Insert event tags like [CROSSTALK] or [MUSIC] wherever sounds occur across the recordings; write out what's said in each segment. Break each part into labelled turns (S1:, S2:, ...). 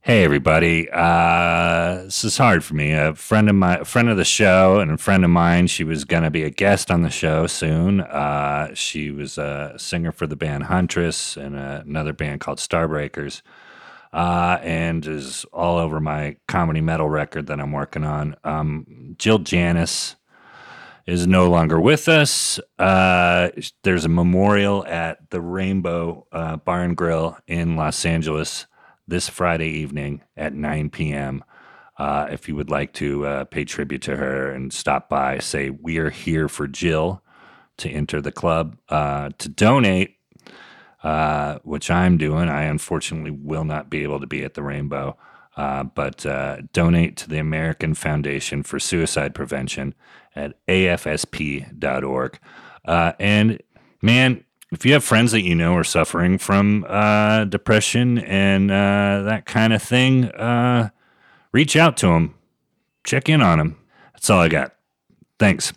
S1: Hey everybody. Uh, this is hard for me. A friend of my a friend of the show and a friend of mine, she was gonna be a guest on the show soon. Uh, she was a singer for the band Huntress and uh, another band called Starbreakers. Uh, and is all over my comedy metal record that I'm working on. Um, Jill Janis is no longer with us. Uh, there's a memorial at the Rainbow uh, Bar and Grill in Los Angeles this Friday evening at 9 p.m. Uh, if you would like to uh, pay tribute to her and stop by, say, We are here for Jill to enter the club. Uh, to donate, uh, which I'm doing, I unfortunately will not be able to be at the Rainbow, uh, but uh, donate to the American Foundation for Suicide Prevention at afsp.org. Uh, and man, if you have friends that you know are suffering from uh, depression and uh, that kind of thing, uh, reach out to them, check in on them. That's all I got. Thanks.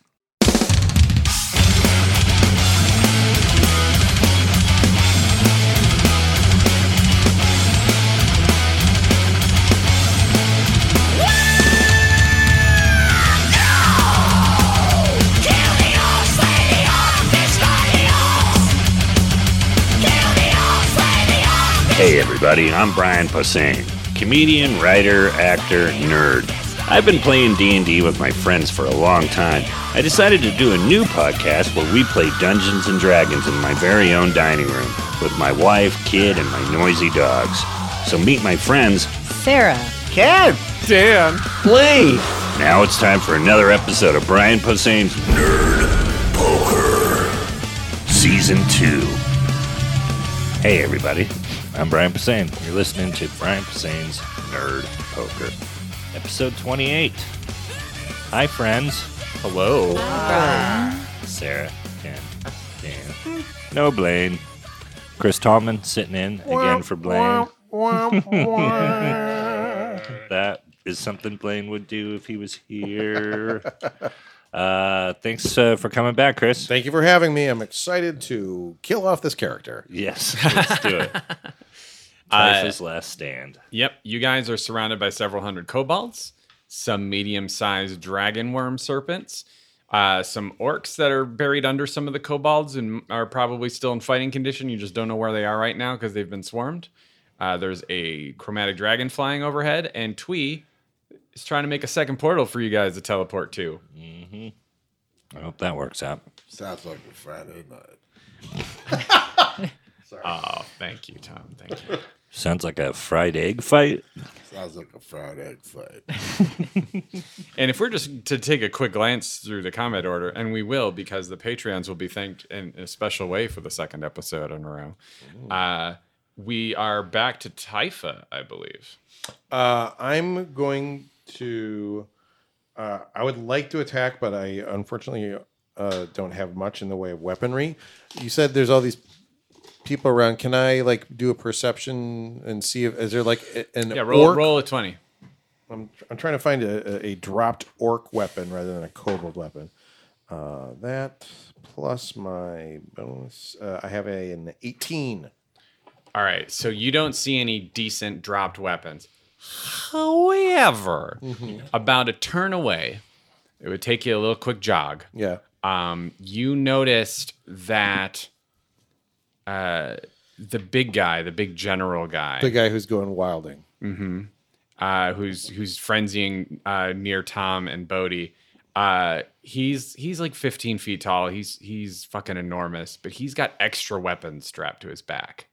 S1: Hey, everybody, I'm Brian Posehn, comedian, writer, actor, nerd. I've been playing D&D with my friends for a long time. I decided to do a new podcast where we play Dungeons and Dragons in my very own dining room with my wife, kid, and my noisy dogs. So meet my friends.
S2: Sarah.
S3: Cat, Dan, Lee.
S1: Now it's time for another episode of Brian Posehn's Nerd Poker Season 2. Hey, everybody. I'm Brian Posehn. You're listening to Brian Posehn's Nerd Poker, episode 28. Hi, friends. Hello. Sarah, Ken, Dan, no Blaine. Chris Tallman sitting in again for Blaine. That is something Blaine would do if he was here. uh, thanks uh, for coming back, Chris.
S3: Thank you for having me. I'm excited to kill off this character.
S1: yes, let's do [LAUGHS] it. Typhus last stand.
S4: Yep, you guys are surrounded by several hundred kobolds, some medium-sized dragon worm serpents, uh, some orcs that are buried under some of the kobolds and are probably still in fighting condition. You just don't know where they are right now because they've been swarmed. Uh, there's a chromatic dragon flying overhead, and Twee is trying to make a second portal for you guys to teleport to.
S1: I hope that works out.
S3: Sounds like a Friday night.
S4: Oh, thank you, Tom. Thank you.
S1: Sounds like a fried egg fight.
S3: Sounds like a Friday fight.
S4: And if we're just to take a quick glance through the comment order, and we will because the Patreons will be thanked in a special way for the second episode in a row. Uh, we are back to Typha, I believe.
S3: Uh, I'm going to. Uh, I would like to attack, but I unfortunately uh, don't have much in the way of weaponry. You said there's all these people around. Can I like do a perception and see if is there like a- an
S4: Yeah, roll,
S3: orc?
S4: roll a 20.
S3: I'm, I'm trying to find a, a, a dropped orc weapon rather than a kobold weapon. Uh, that plus my bonus. Uh, I have a, an 18.
S4: All right, so you don't see any decent dropped weapons. However, about a turn away, it would take you a little quick jog.
S3: Yeah.
S4: um, you noticed that uh, the big guy, the big general guy,
S3: The guy who's going wilding.
S4: uh, who's who's frenzying uh, near Tom and Bodhi, uh, he's he's like 15 feet tall. He's he's fucking enormous, but he's got extra weapons strapped to his back,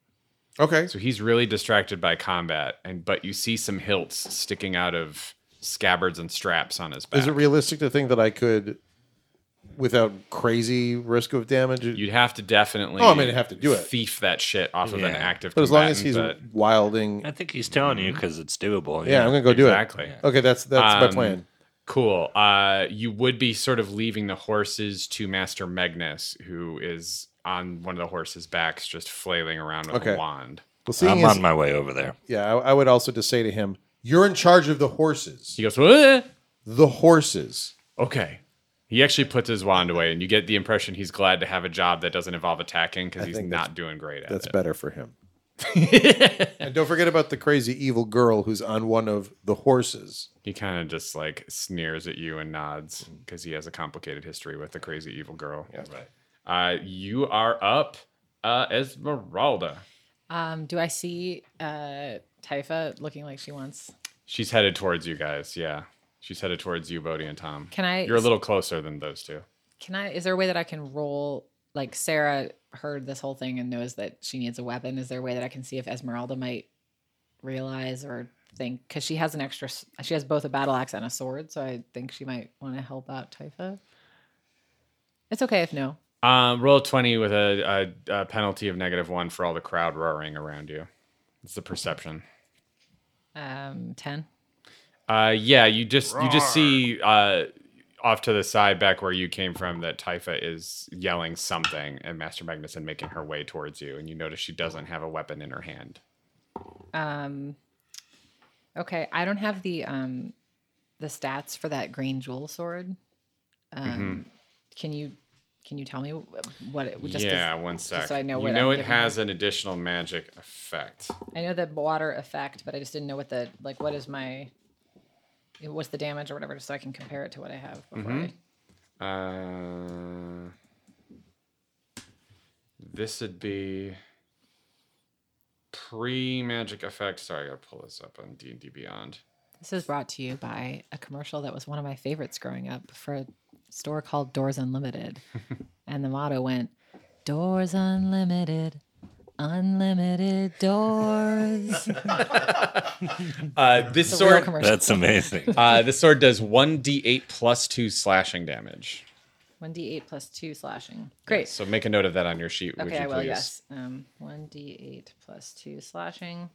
S3: Okay.
S4: so he's really distracted by combat. And but you see some hilts sticking out of scabbards and straps on his back.
S3: Is it realistic to think that I could, without crazy risk of damage?
S4: You'd have to definitely.
S3: Oh, I mean, have to do it.
S4: Thief that shit off of an
S1: Yeah.
S4: active.
S3: but as long as he's
S4: combatant, but-
S3: wilding.
S1: I think he's telling you because it's doable.
S3: Yeah, I'm going to go do
S4: exactly.
S3: it. Okay. That's that's my
S4: Um,
S3: plan.
S4: Cool. Uh, you would be sort of leaving the horses to Master Magnus, who is on one of the horses' backs, just flailing around with
S3: Okay.
S4: a wand.
S3: Well, seeing
S1: I'm
S3: as,
S1: on my way over there.
S3: yeah, I, I would also just say to him, You're in charge of the horses.
S4: He goes, "Wah!"
S3: The horses.
S4: okay. He actually puts his wand away, and you get the impression he's glad to have a job that doesn't involve attacking because he's
S3: think that's-
S4: not doing great at
S3: That's
S4: it. [LAUGHS]
S3: better for him. And don't forget about the crazy evil girl who's on one of the horses.
S4: he kind of just like sneers at you and nods because he has a complicated history with the crazy evil girl.
S3: Yeah.
S4: Uh, you are up, uh, Esmeralda.
S2: Um, do I see uh, Typha looking like she wants?
S4: She's headed towards you guys. Yeah. She's headed towards you, Bodhi and Tom.
S2: Can I?
S4: You're a little closer than those two.
S2: Can I? Is there a way that I can roll? Like Sarah heard this whole thing and knows that she needs a weapon. Is there a way that I can see if Esmeralda might realize or think? Because she has an extra. s- She has both a battle axe and a sword, so I think she might want to help out Typha. It's okay if no.
S4: Um, roll a 20 with a, a, a penalty of negative one for all the crowd roaring around you. It's the perception.
S2: Um, ten.
S4: Uh, yeah, you just you just see uh, off to the side back where you came from that Typha is yelling something and Master Magnuson making her way towards you, and you notice she doesn't have a weapon in her hand.
S2: Um, okay, I don't have the um, the stats for that green jewel sword. Um,
S4: Mm-hmm.
S2: Can you can you tell me wh- what it just 'cause
S4: yeah, one sec.
S2: so I know
S4: you
S2: what
S4: know
S2: I'm
S4: it
S2: giving her.
S4: has an additional magic effect.
S2: I know the water effect, but I just didn't know what the like what is my what's the damage or whatever, just so I can compare it to what I have. Before
S4: Mm-hmm.
S2: I-
S4: Uh, this would be pre magic effect. Sorry, I gotta pull this up on D and D Beyond.
S2: This is brought to you by a commercial that was one of my favorites growing up for a store called Doors
S4: [LAUGHS]
S2: Unlimited. and the motto went, Doors Unlimited, unlimited
S4: [LAUGHS]
S2: doors.
S4: Uh, this
S2: It's a real
S4: sword,
S2: commercial.
S1: That's
S3: [LAUGHS]
S1: amazing.
S4: uh, this sword does one D8 plus two slashing damage.
S2: 1d8 plus 2 slashing. Great.
S4: So make a note of that on your sheet. would
S2: Okay,
S4: you
S2: I will.
S4: please?
S2: Yes. Um, one d eight plus two slashing.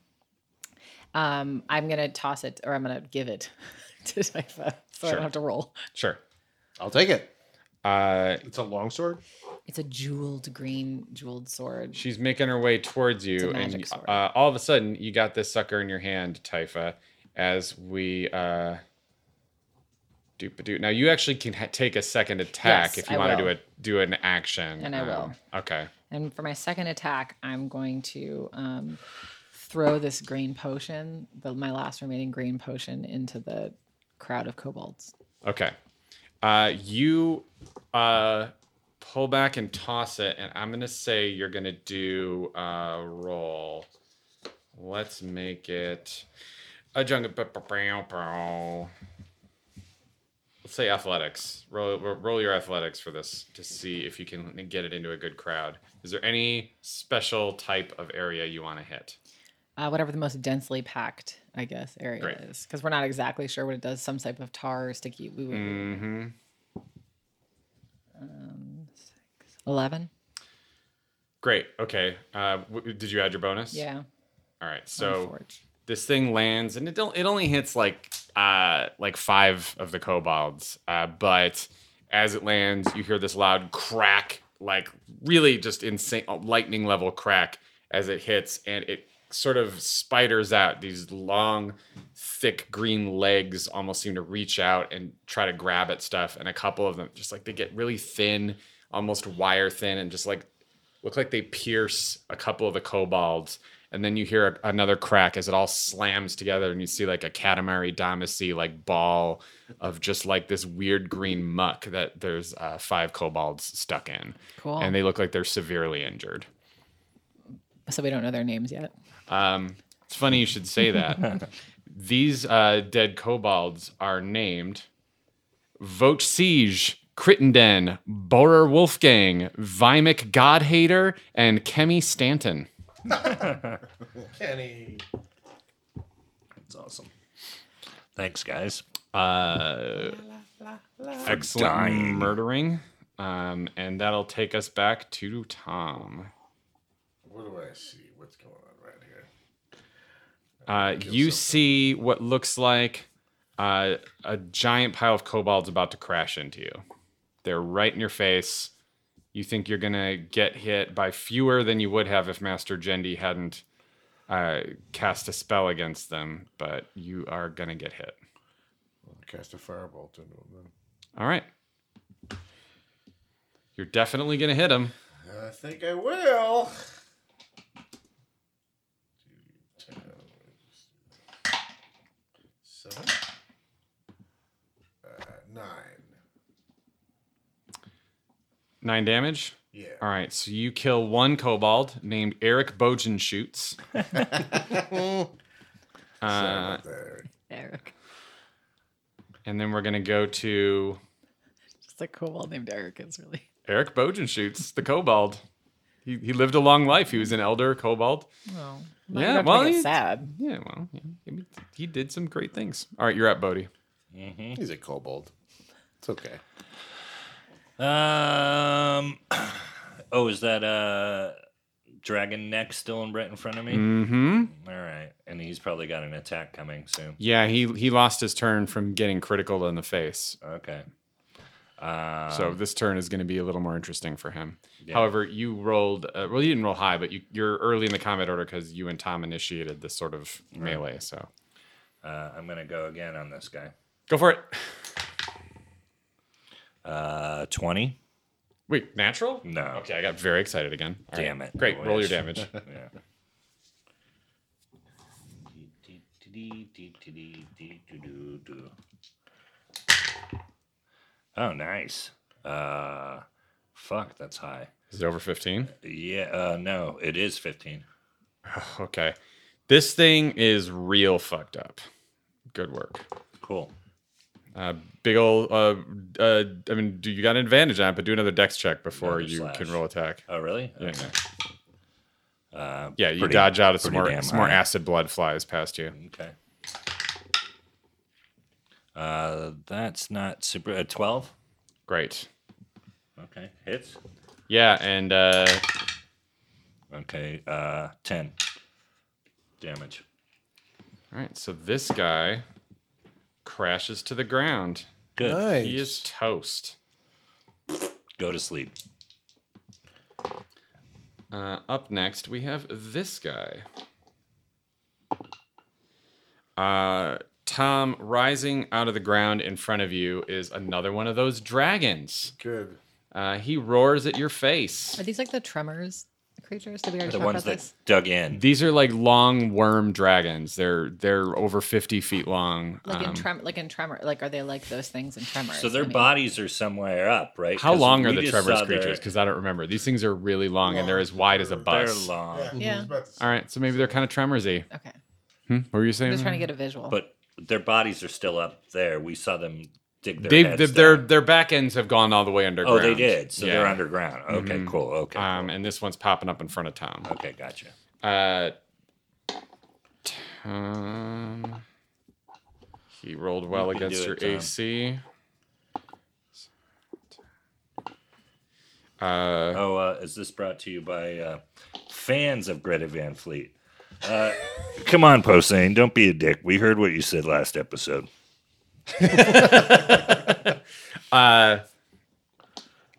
S2: Um, I'm gonna toss it, or I'm gonna give it [LAUGHS] to Typha, so I
S4: Sure.
S2: don't have to roll.
S4: Sure.
S3: I'll take it.
S4: Uh,
S3: It's a longsword.
S2: It's a jeweled green jeweled sword.
S4: She's making her way towards you,
S2: magic
S4: and
S2: sword.
S4: uh, all of a sudden, you got this sucker in your hand, Typha. As we uh, doop doo. Now you actually can ha- take a second attack
S2: Yes,
S4: if you
S2: I
S4: want to do
S2: will.
S4: a do an action. Um,
S2: And I will.
S4: Okay.
S2: And for my second attack, I'm going to um, throw this green potion, the, my last remaining green potion, into the crowd of kobolds.
S4: Okay. Uh, you uh, pull back and toss it, and I'm gonna say you're gonna do uh, roll. Let's make it a jungle. Let's say athletics. Roll, ro- roll your athletics for this to see if you can get it into a good crowd. Is there any special type of area you want to hit?
S2: Uh, whatever the most densely packed, I guess, area
S4: Great.
S2: is, because we're not exactly sure what it does. Some type of tar, or sticky. We would
S4: Mm-hmm.
S2: Um, eleven.
S4: Great. Okay. Uh, w- did you add your bonus?
S2: Yeah.
S4: All right. So.
S2: Unforged.
S4: this thing lands and it don't, it only hits like uh like five of the kobolds uh but as it lands you hear this loud crack like really just insane uh, lightning level crack as it hits and it sort of spiders out these long thick green legs almost seem to reach out and try to grab at stuff and a couple of them just like they get really thin almost wire thin and just like look like they pierce a couple of the kobolds and then you hear a- another crack as it all slams together and you see like a katamari damacy like ball of just like this weird green muck that there's uh, five kobolds stuck in
S2: Cool.
S4: and they look like they're severely injured
S2: so we don't know their names yet.
S4: um, it's funny you should say that these uh, dead kobolds are named Vogt Siege, Crittenden, Borer Wolfgang, Vimic Godhater, and Kemi Stanton.
S3: Kenny.
S1: That's awesome. Thanks, guys.
S4: uh, excellent
S1: dying.
S4: murdering. Um, and that'll take us back to Tom.
S5: What do I see? What's going on right here?
S4: Uh, you see what looks like uh, a giant pile of kobolds about to crash into you. They're right in your face. You think you're gonna get hit by fewer than you would have if Master Jendi hadn't uh, cast a spell against them, but you are gonna get hit.
S5: I'll cast a firebolt into him then.
S4: All right, you're definitely gonna hit him.
S5: I think I will. Seven. Uh, nine.
S4: Nine damage.
S5: Yeah.
S4: All right, so you kill one kobold named Eric Bogenschutz.
S5: Sorry
S4: uh,
S5: about that, Eric.
S2: Eric.
S4: and then we're going to go to
S2: Just a kobold named Eric is really.
S4: Eric Bogenschutz, the kobold. He, he lived a long life. He was an elder kobold.
S2: Oh.
S4: Yeah, well, you-
S2: sad.
S4: Yeah, well, yeah, I mean, he did some great things. All right, you're up, Bodhi.
S3: He's a kobold. It's okay.
S1: Um. [CLEARS THROAT] Oh, is that uh, dragon neck still in right in front of me?
S4: Mm-hmm.
S1: All right, and he's probably got an attack coming soon.
S4: Yeah, he he lost his turn from getting critical in the face. Uh,
S1: Okay. Um,
S4: So this turn is going to be a little more interesting for him. However, you rolled uh, well. You didn't roll high, but you, you're early in the combat order because you and Tom initiated this sort of melee. So
S1: uh, I'm gonna go again on this guy.
S4: go for it.
S1: Uh, twenty.
S4: Wait, natural?
S1: No.
S4: Okay, I got very excited again. All right,
S1: Damn it.
S4: Great,
S1: I
S4: roll your
S1: wish. [LAUGHS]
S4: damage.
S1: Yeah. Oh, nice. Uh, fuck, that's high.
S4: Is it over fifteen?
S1: Yeah, uh, no, it is 15.
S4: Okay, this thing is real fucked up. Good work.
S1: Cool.
S4: Uh, big ol' Uh, uh, I mean, do you got an advantage on it? But do another dex check before
S1: Another
S4: you
S1: slash.
S4: can roll attack.
S1: Oh, really?
S4: Yeah,
S1: Okay. Uh,
S4: yeah. You
S1: pretty-
S4: dodge out of some
S1: pretty
S4: more,
S1: damn
S4: some more
S1: high.
S4: acid blood flies past you.
S1: Okay. Uh, that's not super. Uh, 12?
S4: Great.
S1: Okay. Hits?
S4: Yeah, and uh,
S1: Okay. Uh, 10 damage.
S4: all right. So this guy crashes to the ground.
S1: Good.
S3: Nice.
S4: He is toast.
S1: Go to sleep.
S4: Uh, up next, we have this guy. Uh, Tom, rising out of the ground in front of you is another one of those dragons.
S5: Good.
S4: Uh, he roars at your face.
S2: Are these like the tremors creatures? Did we already
S1: The
S2: talk
S1: ones
S2: about
S1: that
S2: this?
S1: dug in.
S4: These are like long worm dragons. They're they're over fifty feet long.
S2: Like in
S4: Um,
S2: trem, like in tremor, like are they like those things in tremors?
S1: So their
S2: I mean,
S1: bodies are somewhere up, right?
S4: how
S1: 'Cause
S4: long are
S1: we
S4: the
S1: just
S4: Trevor's
S1: saw their-
S4: creatures? Because I don't remember. These things are really long, and they're as wide as a
S1: They're
S4: bus.
S1: long,
S2: Yeah.
S5: I was about to say,
S4: All right, so maybe they're kind of tremorsy.
S2: Okay,
S4: Hmm? What were you saying?
S2: I'm just trying to get a visual.
S1: but their bodies are still up there. We saw them dig their
S4: They've,
S1: heads
S4: their their
S1: down.
S4: their back ends have gone all the way
S1: Oh,
S4: underground.
S1: they did. So they're
S4: Yeah.
S1: underground. Okay,
S4: Mhm.
S1: cool. Okay,
S4: Um, and this one's popping up in front of Tom.
S1: cool. okay, gotcha.
S4: Uh, Tom. He rolled well
S1: You can
S4: against
S1: do
S4: your
S1: it, Tom.
S4: AC. Uh,
S1: Oh, uh, is this brought to you by uh, fans of Greta Van Fleet? Uh, [LAUGHS] come on, Posehn, don't be a dick. We heard what you said last episode.
S4: uh,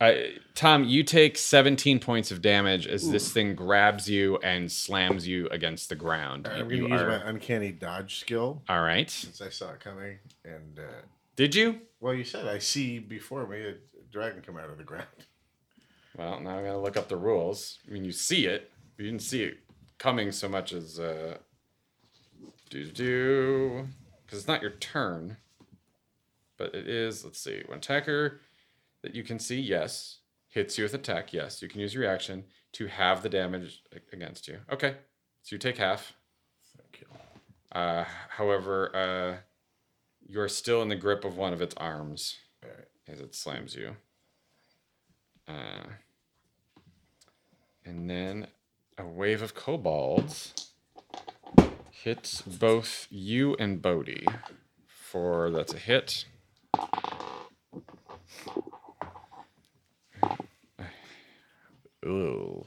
S4: uh, Tom, you take 17 points of damage as this thing grabs you and slams you against the ground.
S5: all right,
S4: You-
S5: I'm going
S4: you
S5: to use
S4: are-
S5: my uncanny dodge skill
S4: All right.
S5: since I saw it coming. And, uh,
S4: Did you?
S5: well, you said I see before me a dragon come out of the ground.
S4: Well, now I'm gonna look up the rules. I mean, you see it, but you didn't see it coming so much as uh, do do because it's not your turn, but it is. Let's see, when attacker that you can see, yes, hits you with attack, yes, you can use your action to have the damage a- against you. Okay, so you take half.
S5: Thank you.
S4: Uh, however, uh, you're still in the grip of one of its arms
S5: All right.
S4: as it slams you. Uh, and then a wave of kobolds hits both you and Bodhi. For that's a hit. Ooh.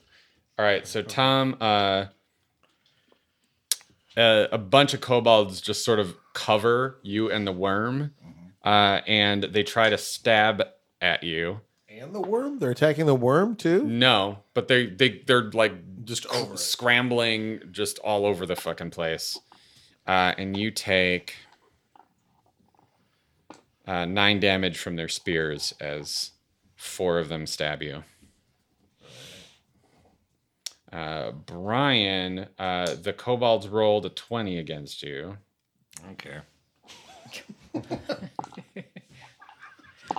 S4: All right, so Tom, uh, uh, a bunch of kobolds just sort of cover you and the worm, uh, and they try to stab at you.
S3: And the worm? They're attacking the worm too?
S4: No, but they they they're like just
S3: over it.
S4: scrambling just all over the fucking place. Uh, and you take uh, nine damage from their spears as four of them stab you. Uh, Brian, uh, the kobolds rolled a 20 against you.
S1: I don't care.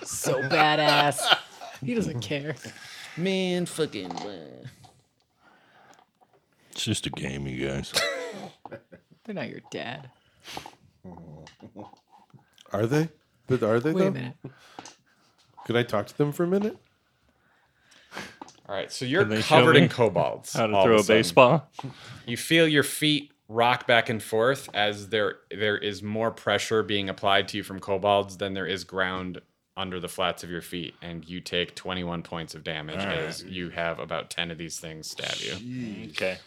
S2: so badass. He doesn't care.
S6: Man, fucking.
S7: It's just a game, you guys.
S2: They're not your dad.
S3: Are they? But are they
S2: Wait
S3: though?
S2: a minute.
S3: Could I talk to them for a minute?
S4: All right, so you're
S7: Can they show
S4: covered in
S7: me [LAUGHS]
S4: cobalts.
S7: How to
S4: all of
S7: throw a
S4: sudden.
S7: baseball?
S4: You feel your feet rock back and forth as there there is more pressure being applied to you from kobolds than there is ground under the flats of your feet, and you take 21 points of damage as you have about 10 of these things stab you.
S7: Okay.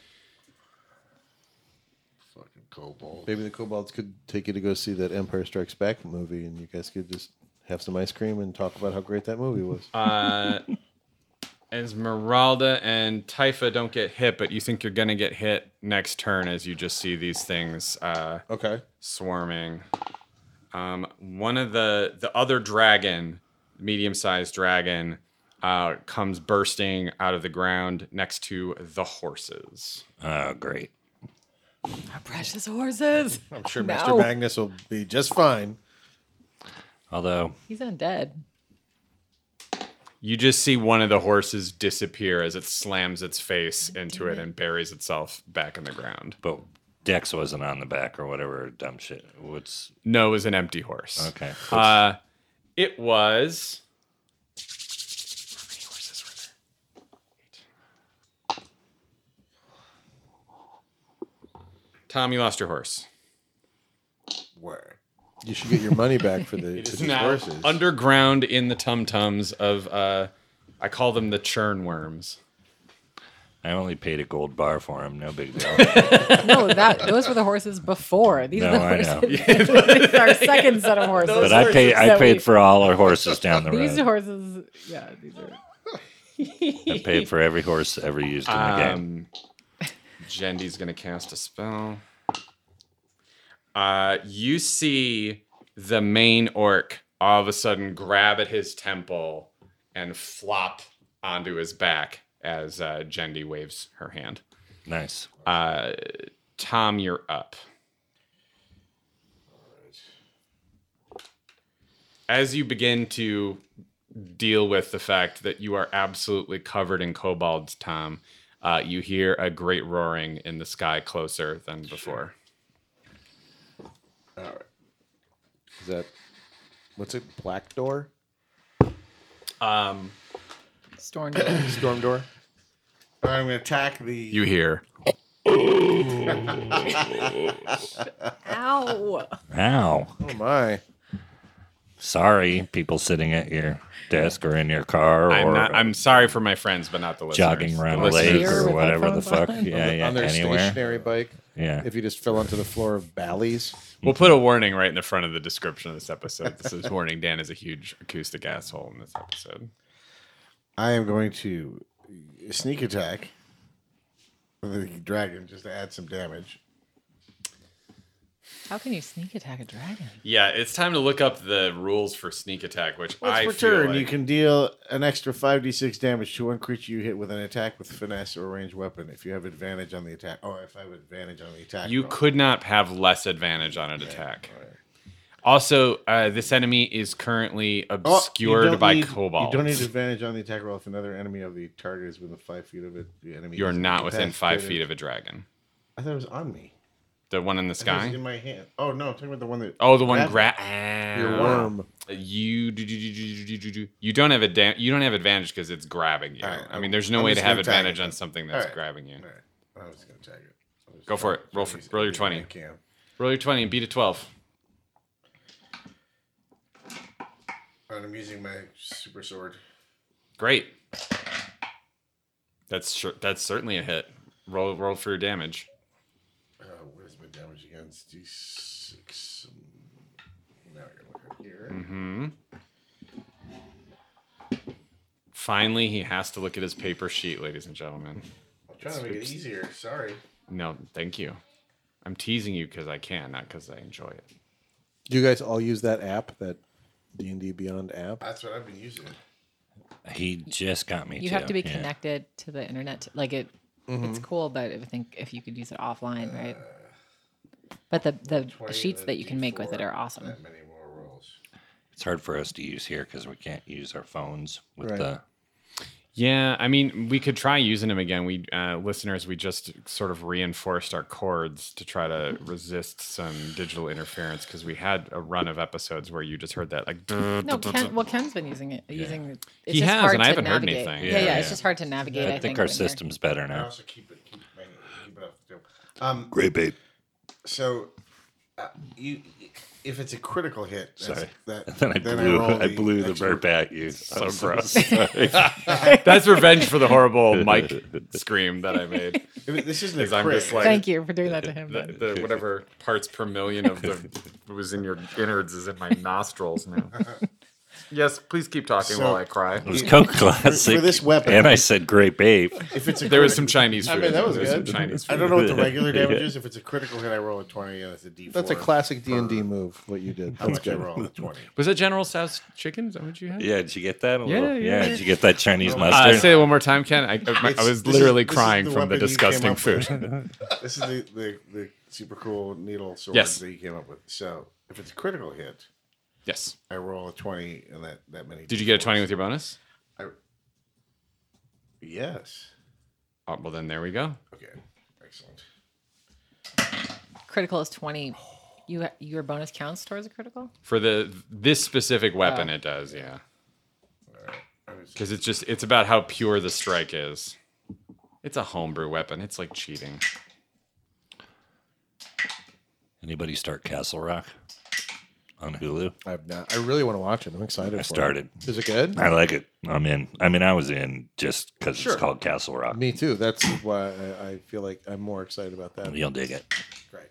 S5: Fucking cobalt.
S3: Maybe the kobolds could take you to go see that Empire Strikes Back movie, and you guys could just have some ice cream and talk about how great that movie was.
S4: Uh, Esmeralda and Typha don't get hit, but you think you're gonna get hit next turn as you just see these things. Uh,
S3: okay.
S4: swarming. Um, one of the the other dragon, medium sized dragon, uh, comes bursting out of the ground next to the horses.
S1: Oh, great.
S2: Our
S1: [LAUGHS]
S2: precious horses.
S3: I'm sure
S2: No.
S3: Mr. Magnus will be just fine.
S1: Although
S2: He's undead.
S4: You just see one of the horses disappear as it slams its face into it and buries itself back in the ground.
S1: but Dex wasn't on the back or whatever dumb shit. What's
S4: No, it was an empty horse.
S1: okay?
S4: Uh, it was. Tom, you lost your horse.
S5: Where?
S3: You should get your money back for [LAUGHS] the
S4: It
S3: for
S4: is
S3: these
S4: now
S3: horses.
S4: underground in the tum tums of, uh, I call them the churn worms.
S1: I only paid a gold bar for him. No big deal.
S2: No, that those were the horses before. These
S1: No,
S2: are the
S1: I
S2: horses.
S1: know.
S2: These are our second set of horses.
S1: but I paid. I
S2: that
S1: paid
S2: we-
S1: for all our horses down the
S2: These
S1: road.
S2: horses, yeah, these are.
S1: I paid for every horse ever used in the game.
S4: Um, Jendy's gonna cast a spell. Uh, you see the main orc all of a sudden grab at his temple and flop onto his back as uh, Jendy waves her hand.
S1: Nice.
S4: Uh, Tom, you're up. As you begin to deal with the fact that you are absolutely covered in kobolds, Tom, uh, you hear a great roaring in the sky closer than before.
S5: All right.
S3: Is that what's it? Black door,
S4: Um,
S2: Storm.
S3: storm door.
S5: All right, I'm going to attack the.
S4: you hear
S2: Ow!
S1: Ow.
S3: Oh
S1: Uh,
S3: my!
S1: Sorry, people sitting at your desk or in your car or
S4: I'm, not, I'm sorry for my friends, but not the listeners.
S1: jogging around a
S4: the
S1: lake
S4: listeners-
S2: Here
S1: or
S2: with
S1: whatever the
S2: headphones
S1: fuck.
S2: on?
S1: Yeah, yeah,
S3: on their
S1: anywhere.
S3: stationary bike.
S1: Yeah.
S3: If you just fell onto the floor of Bally's,
S4: We'll put a warning right in the front of the description of this episode. This is warning. Dan is a huge acoustic asshole in this episode.
S5: I am going to sneak attack the dragon just to add some damage.
S2: How can you sneak attack a dragon?
S4: Yeah, it's time to look up the rules for sneak attack, which
S5: Once
S4: I
S5: per
S4: feel
S5: turn,
S4: like
S5: you can deal an extra 5d6 damage to one creature you hit with an attack with finesse or ranged weapon if you have advantage on the attack. Oh, if I have advantage on the attack.
S4: you
S5: roll.
S4: could not have less advantage on an attack. Also, uh, this enemy is currently
S5: Oh, you
S4: obscured
S5: don't
S4: by
S5: need-
S4: cobalt.
S5: You don't need advantage on the attack roll if another enemy of the target is within five feet of it. The enemy
S4: You're
S5: is
S4: not within five feet
S5: incapacitated.
S4: of a dragon.
S5: I thought it was on me.
S4: The one in the
S5: I thought it was
S4: sky.
S5: in my hand. Oh no, I'm talking about the one that.
S4: Oh, the one grab.
S5: Grab-
S4: Ah.
S3: your worm.
S4: You do- do- do- do- do- do- do- you don't have a da- you don't have advantage because it's grabbing you.
S5: Alright,
S4: I
S5: I'm-
S4: mean, there's no
S5: I'm
S4: way to
S5: just
S4: have
S5: gonna tag
S4: advantage
S5: it.
S4: on something that's
S5: Alright.
S4: grabbing you.
S5: All right. I was gonna tag it. I was
S4: Go for it. Roll for- roll your 20.
S5: I can.
S4: Roll your twenty and beat a twelve.
S5: And Uh, I'm using my super sword.
S4: Great. That's cer- that's certainly a hit. Roll roll for your damage.
S5: Uh, where's my damage against D6? Um, Now I gotta look up here.
S4: hmm Finally, he has to look at his paper sheet, ladies and gentlemen.
S5: I'm trying to make it easier. Sorry.
S4: No, thank you. I'm teasing you because I can, not because I enjoy it.
S3: Do you guys all use that app, that D and D Beyond app?
S5: That's what I've been using.
S1: He just got me.
S2: You have
S1: too.
S2: to be
S1: Yeah. Mm-hmm.
S2: connected to the internet. to- Like it, it's cool, but I think if you could use it offline, right? But the the sheets that you can make with it are awesome.
S5: Many more rolls.
S1: It's hard for us to use here because we can't use our phones with
S3: Right.
S1: the.
S4: Yeah, I mean, we could try using them again. We uh, listeners, we just sort of reinforced our cords to try to resist some digital interference because we had a run of episodes where you just heard that like. [LAUGHS]
S2: No, Ken, well, Ken's been using it. Using it. It's
S4: He
S2: just
S4: has,
S2: hard
S4: and I
S2: to
S4: haven't heard
S2: navigate.
S4: anything.
S2: Yeah, yeah,
S1: Yeah,
S2: It's
S1: yeah.
S2: just hard to navigate. I,
S1: I think our
S2: when you're-
S1: system's better
S5: I
S1: now.
S5: also keep it keep, my- keep it off the table. Um,
S7: Great babe.
S5: so uh, you, if it's a critical hit, that's,
S1: Sorry.
S4: [LAUGHS]
S5: that
S1: Then I blew,
S5: roll
S1: I, blew the
S5: extra-
S1: burp at you. So gross. [LAUGHS]
S4: That's revenge for the horrible Mike scream that I made.
S5: I mean,
S4: [LAUGHS]
S5: This isn't a
S4: Because I'm
S5: crit.
S4: just like
S2: Thank you for doing that to him.
S4: The,
S2: Ben.
S5: [LAUGHS]
S4: the whatever parts per million of the was in your innards is in my nostrils
S5: [LAUGHS]
S4: now. yes, please keep talking
S5: So-
S4: while I cry.
S1: It was Coke Classic.
S5: for this weapon.
S1: And I said great babe.
S5: if it's a
S4: [LAUGHS] There was some
S5: critical-
S4: Chinese food.
S5: I mean, that was
S4: There some
S5: good.
S4: Chinese food.
S5: I don't know what
S4: [LAUGHS]
S5: the regular damage is. If it's a critical hit, I roll a twenty, and it's a D4.
S3: That's a classic D and D move. What you did.
S5: How
S3: That's
S5: much I
S3: good.
S5: roll a twenty?
S4: Was that General Tso's chicken? Is that what you had?
S1: Yeah, did you get that? A
S4: Yeah,
S1: little?
S4: yeah, yeah.
S1: Did you get that Chinese
S4: Uh,
S1: mustard?
S4: say it one more time, Ken. I, [LAUGHS] I,
S5: It's-
S4: I was
S5: this is-
S4: literally
S5: this is
S4: crying
S5: the
S4: from the
S5: weapon you came
S4: disgusting
S5: up with.
S4: food.
S5: [LAUGHS] This is the, the, the super cool needle sword
S4: Yes.
S5: that you came up with. So if it's a critical hit,
S4: [LAUGHS] yes.
S5: I roll a twenty, and that that many.
S4: Did you get a
S5: D4s.
S4: 20 with your bonus?
S5: Yes.
S4: Oh, well, then there we go.
S5: Okay. Excellent.
S2: critical is twenty. You ha- your bonus counts towards a critical.
S4: For the this specific weapon,
S2: Oh.
S4: it does, yeah.
S5: I was-
S4: Because it's just it's about how pure the strike is. It's a homebrew weapon. It's like cheating.
S1: Anybody start Castle Rock on Hulu?
S3: I've not. I really want to watch it. I'm excited. for
S1: I
S3: it.
S1: started.
S3: Is it good?
S1: I like it. I'm in. I mean, I was in just because
S4: Sure.
S1: it's called Castle Rock.
S3: Me too. That's why I, I feel like I'm more excited about that.
S1: You'll dig it.
S3: Great.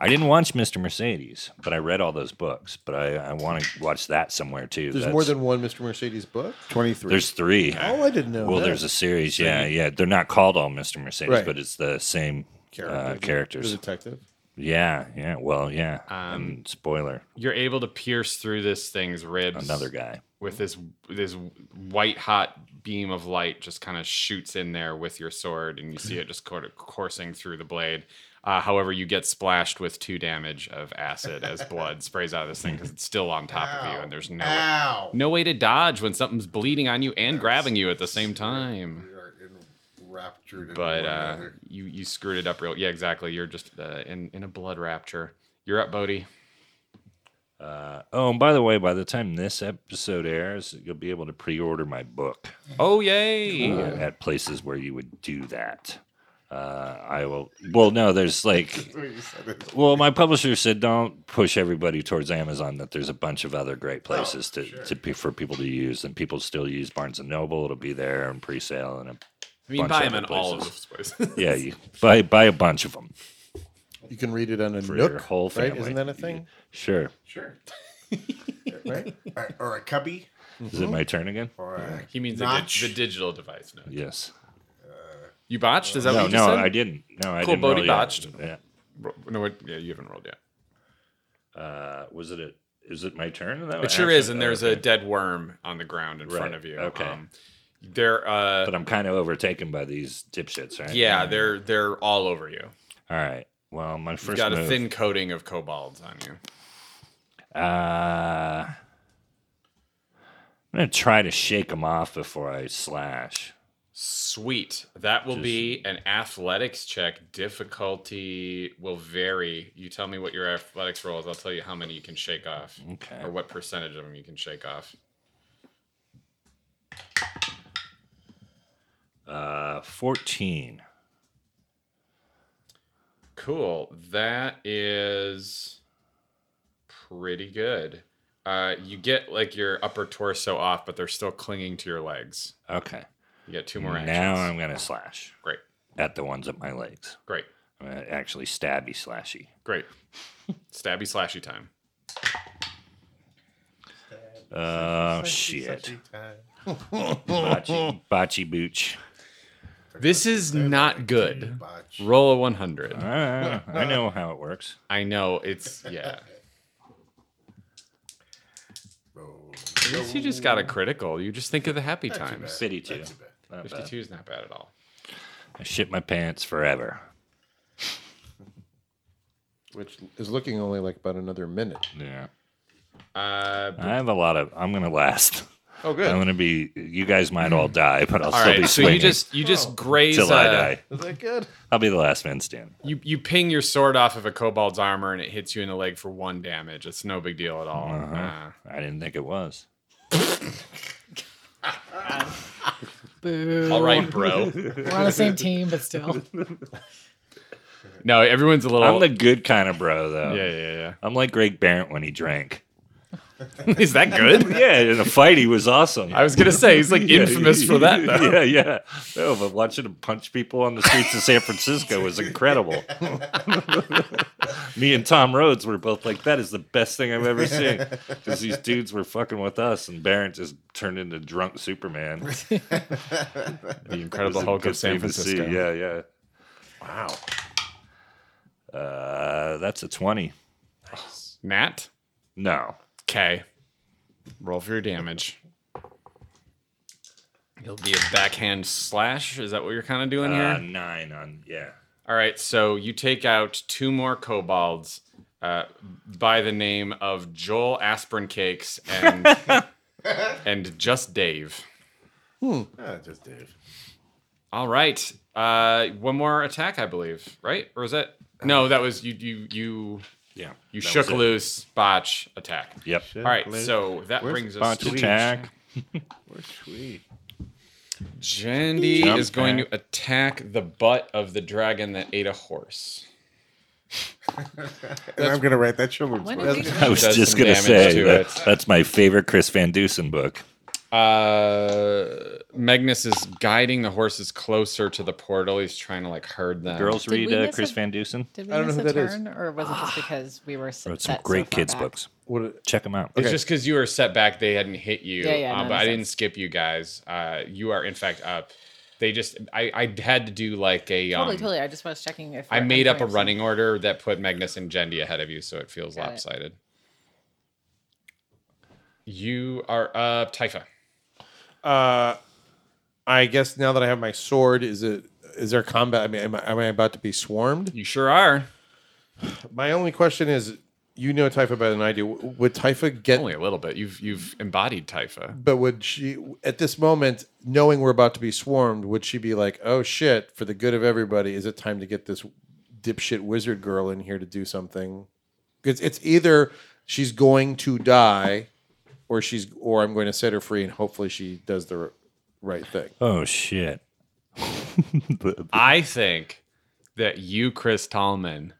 S1: I didn't watch Mr. Mercedes, but I read all those books. But I, I want to watch that somewhere too.
S3: There's
S1: That's-
S3: more than one Mr. Mercedes book.
S5: Twenty three.
S1: there's three.
S3: Oh, I didn't know.
S1: well,
S3: that.
S1: there's a uh, series. Yeah, yeah. They're not called all Mr. Mercedes,
S3: Right.
S1: but it's the same uh,
S5: Characters.
S3: There's
S1: characters.
S3: a detective.
S1: Yeah, yeah. Well, yeah. and spoiler,
S4: You're able to pierce through this thing's ribs.
S1: another guy.
S4: with this this white hot beam of light just kind of shoots in there with your sword and you
S1: [CLEARS THROAT]
S4: see it just kind of coursing through the blade uh, however you get splashed with two damage of acid
S1: [LAUGHS]
S4: as blood sprays out of this thing because it's still on top of you and there's no way,
S5: Ow.
S4: no way to dodge when something's bleeding on you and grabbing you at the same time
S5: We are enraptured. in
S4: but
S5: one
S4: uh,
S5: another.
S4: you you screwed it up real yeah exactly you're just uh, in in a blood rapture you're up bodhi
S1: Oh, and by the way, by the time this episode airs, you'll be able to pre-order my book.
S4: oh yay
S1: uh, at places where you would do that. Uh, I will. Well, no, there's [LAUGHS] like. Well, my publisher said don't push everybody towards Amazon. That there's a bunch of other great places to, to be for people to use, and people still use Barnes and Noble. It'll be there and pre-sale, and a,
S4: i mean
S1: bunch
S4: buy
S1: of
S4: him in
S1: other
S4: all of
S1: places.
S4: those places [LAUGHS]
S1: yeah, you buy buy a bunch of them.
S3: You can read it on a
S1: For
S3: Nook.
S1: your whole
S3: right?
S1: family.
S3: Isn't that a thing?
S1: Sure.
S4: [LAUGHS]
S5: Sure. right? [LAUGHS] Or- Or a cubby?
S1: Is
S4: Mm-hmm.
S1: it my turn again?
S5: Or a
S4: he means the,
S5: Notch.
S4: dig- the digital device no
S1: Yes.
S4: You botched? Is that
S1: No,
S4: what you just
S1: no,
S4: said?
S1: I didn't. No, I
S4: Cool,
S1: didn't.
S4: Bodhi
S1: roll yet.
S4: botched.
S1: Yeah.
S4: Ro- No, it, yeah, you haven't rolled yet.
S1: Uh, was it? A, is it my turn? That Oh,
S4: It sure is, and there's a dead worm on the ground in front
S1: Right,
S4: of you. Um,
S1: okay.
S4: they're uh,
S1: But I'm kind of overtaken by these dipshits, right?
S4: yeah, they're they're all over you.
S1: All right. Well, my
S4: You've
S1: first
S4: got
S1: move.
S4: a thin coating of kobolds on you.
S1: Uh, I'm gonna try to shake him off before I slash.
S4: Sweet. That will be an athletics check. Difficulty will vary. You tell me what your athletics roll is. I'll tell you how many you can shake off,
S1: Okay.
S4: or what percentage of them you can shake off.
S1: Uh, fourteen.
S4: Cool. That is pretty good. Uh, you get like your upper torso off, but they're still clinging to your legs.
S1: Okay.
S4: You get two more actions.
S1: Now I'm gonna slash
S4: Great,
S1: at the ones at my legs.
S4: great,
S1: I'm gonna actually stabby slashy. [LAUGHS]
S4: great. Stabby slashy time.
S1: Oh shit. Bocce, bocce booch.
S4: [LAUGHS] This is not good.
S5: botch.
S4: Roll a 100.
S1: Uh, I know how it works.
S4: I know it's
S1: [LAUGHS]
S4: yeah. At least you just got a critical. You just think of the happy times.
S1: Fifty-two. Not bad.
S4: 52 is not bad at all.
S1: I shit my pants forever.
S3: Which is looking only like about another minute.
S1: Yeah.
S4: Uh,
S1: I have a lot of. I'm gonna last.
S4: oh, good.
S1: I'm gonna be. You guys might all die, but I'll
S4: All
S1: still
S4: right.
S1: be
S4: So
S1: swinging
S4: you just you just graze.
S1: till I
S4: uh,
S1: die.
S3: Is that good?
S1: I'll be the last man standing.
S4: You you ping your sword off of a kobold's armor and it hits you in the leg for one damage. It's no big deal at all. Uh,
S1: I didn't think it was.
S2: Boo.
S4: Uh, all right, bro.
S2: We're on the same team, but still.
S4: No, everyone's a little.
S1: I'm the good kind of bro, though.
S4: yeah, yeah,
S1: I'm like Greg Barrett when he drank.
S4: yeah. [LAUGHS] Is that good?
S1: [LAUGHS] Yeah, in a fight, he was awesome.
S4: I was gonna say he's
S1: [LAUGHS]
S4: like infamous for that. Though.
S1: Yeah, yeah. No, but watching him punch people on the streets of San Francisco was incredible. Me and Tom Rhodes were both like, that is the best thing I've ever seen. Because these dudes were fucking with us, and Barron just turned into drunk Superman. It
S4: The
S1: was
S4: Incredible
S1: a
S4: Hulk
S1: good
S4: of San
S1: thing to see. Yeah,
S4: Francisco.
S1: yeah.
S3: Wow.
S1: Uh, that's a 20.
S4: Nat.
S1: No.
S4: Okay. Roll for your damage. It'll be a backhand slash. Is that what you're kind of doing
S1: Uh,
S4: here?
S1: nine on, yeah.
S4: All right, so you take out two more kobolds uh, by the name of Joel Aspirin Cakes and
S1: [LAUGHS]
S4: and just Dave.
S5: Ah, just Dave.
S4: All right, uh, one more attack, I believe, right? Or is that no? That was you. You you
S1: Yeah.
S4: you
S1: that
S4: shook
S1: was it.
S4: loose botch attack.
S1: Yep.
S5: Shit,
S4: All right,
S5: Liz.
S4: so that
S5: Where's
S4: brings us
S1: Bunch
S4: to
S1: attack.
S5: We're sweet.
S4: Jandy
S1: Jump
S4: is going
S1: back.
S4: to attack the butt of the dragon that ate a horse.
S5: And I'm gonna write that children's
S2: When
S5: book.
S2: did we
S1: I was
S4: Does
S1: just
S4: some
S1: going to
S4: damage
S1: say
S4: to
S1: that,
S4: it.
S1: that's my favorite Chris Van Dusen book.
S4: Uh, Magnus is guiding the horses closer to the portal. He's trying to like herd them.
S1: Girls
S2: Did
S1: read
S2: we
S1: uh,
S2: miss
S1: Chris
S2: a-
S1: Van Dusen.
S2: Did we
S3: I don't
S2: miss
S3: know
S2: a
S3: who that is.
S2: turn, or was it just because we were set,
S1: Wrote some
S2: set so
S1: great
S2: far
S1: kids'
S2: back?
S1: books.
S3: What?
S1: Check them out.
S4: It's just because you were set back; they hadn't hit you.
S2: Yeah, yeah,
S4: Uh,
S2: no,
S4: but
S2: makes
S4: I didn't skip you guys. Uh, you are in fact up. They just I, I had to do like a um,
S2: Totally, totally. I just was checking if
S4: I
S2: we're-
S4: made up a
S2: I'm sorry,
S4: running order that put Magnus and Jendi ahead of you, so it feels
S2: Got it.
S4: lopsided. You are up, Typha.
S3: Uh, I guess now that I have my sword, is it? Is there combat? I mean, am I, am I about to be swarmed?
S4: You sure are.
S3: My only question is, you know Typha better than I do. Would Typha get?
S4: Only a little bit. You've you've embodied Typha.
S3: But would she, at this moment, knowing we're about to be swarmed, would she be like, "Oh shit! For the good of everybody, is it time to get this dipshit wizard girl in here to do something?" Because it's either she's going to die, or she's, or I'm going to set her free, and hopefully she does the r- right thing.
S1: Oh shit!
S4: I think that you, Chris Tallman,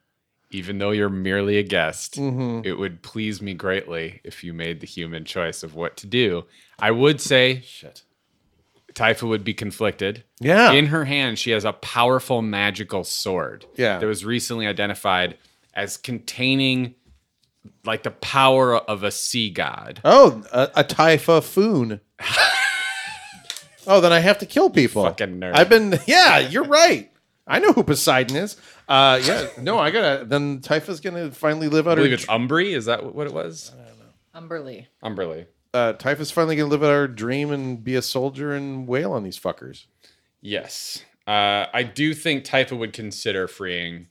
S4: even though you're merely a guest,
S3: Mm-hmm.
S4: it would please me greatly if you made the human choice of what to do. I would say shit. Typha would be conflicted.
S3: Yeah.
S4: In her hand, she has a powerful magical sword.
S3: Yeah.
S4: That was recently identified as containing like the power of a sea god.
S3: Oh, a, a
S4: [LAUGHS]
S3: typhoon. oh, then I have to kill people.
S4: Fucking nerd.
S3: I've been. Yeah, you're right. I know who Poseidon is. Uh, yeah. No, I gotta. Then Typha's gonna finally live
S4: I
S3: out
S4: believe
S3: her.
S4: it's Umbri. Is that what it was?
S2: Umberly.
S4: Umberly.
S3: Uh, Typha's finally gonna live out her dream and be a soldier and wail on these fuckers.
S4: Yes. Uh, I do think Typha would consider freeing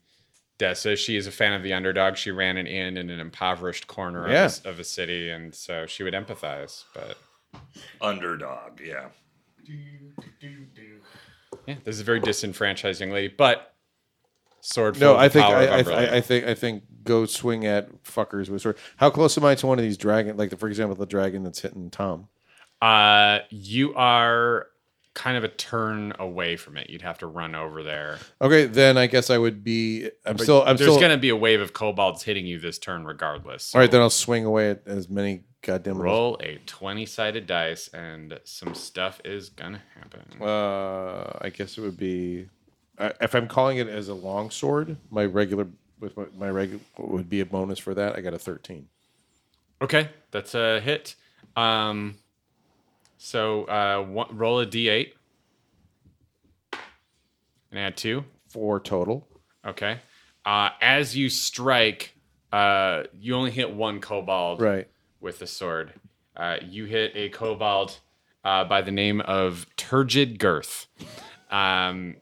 S4: Dessa. She is a fan of the underdog. She ran an inn in an impoverished corner of, a
S3: Yeah.
S4: s- of a city, and so she would empathize. But
S1: [LAUGHS] Underdog. Yeah.
S4: yeah, this is a very disenfranchised young lady. But sword.
S3: No,
S4: for the
S3: I think
S4: power
S3: I, I,
S4: of Umbrella.
S3: I, I think I think go swing at fuckers with sword. How close am I to one of these dragon? Like for example, the dragon that's hitting Tom.
S4: Uh, you are kind of a turn away from it. You'd have to run over there.
S3: Okay, then I guess I would be. I'm still. I'm
S4: There's
S3: still.
S4: going to be a wave of kobolds hitting you this turn, regardless.
S3: All right, then I'll swing away at as many goddamn
S4: Roll a 20 sided dice, and some stuff is going to happen.
S3: Uh, I guess it would be I- if I'm calling it as a long sword. My regular with my, my regular would be a bonus for that. I got a thirteen.
S4: Okay, that's a hit. Um, so uh, one, roll a d8 and add two.
S3: Four total.
S4: Okay. Uh, as you strike, uh, you only hit one kobold
S3: Right.
S4: with the sword. Uh, you hit a kobold uh, by the name of Turgid Girth. Um,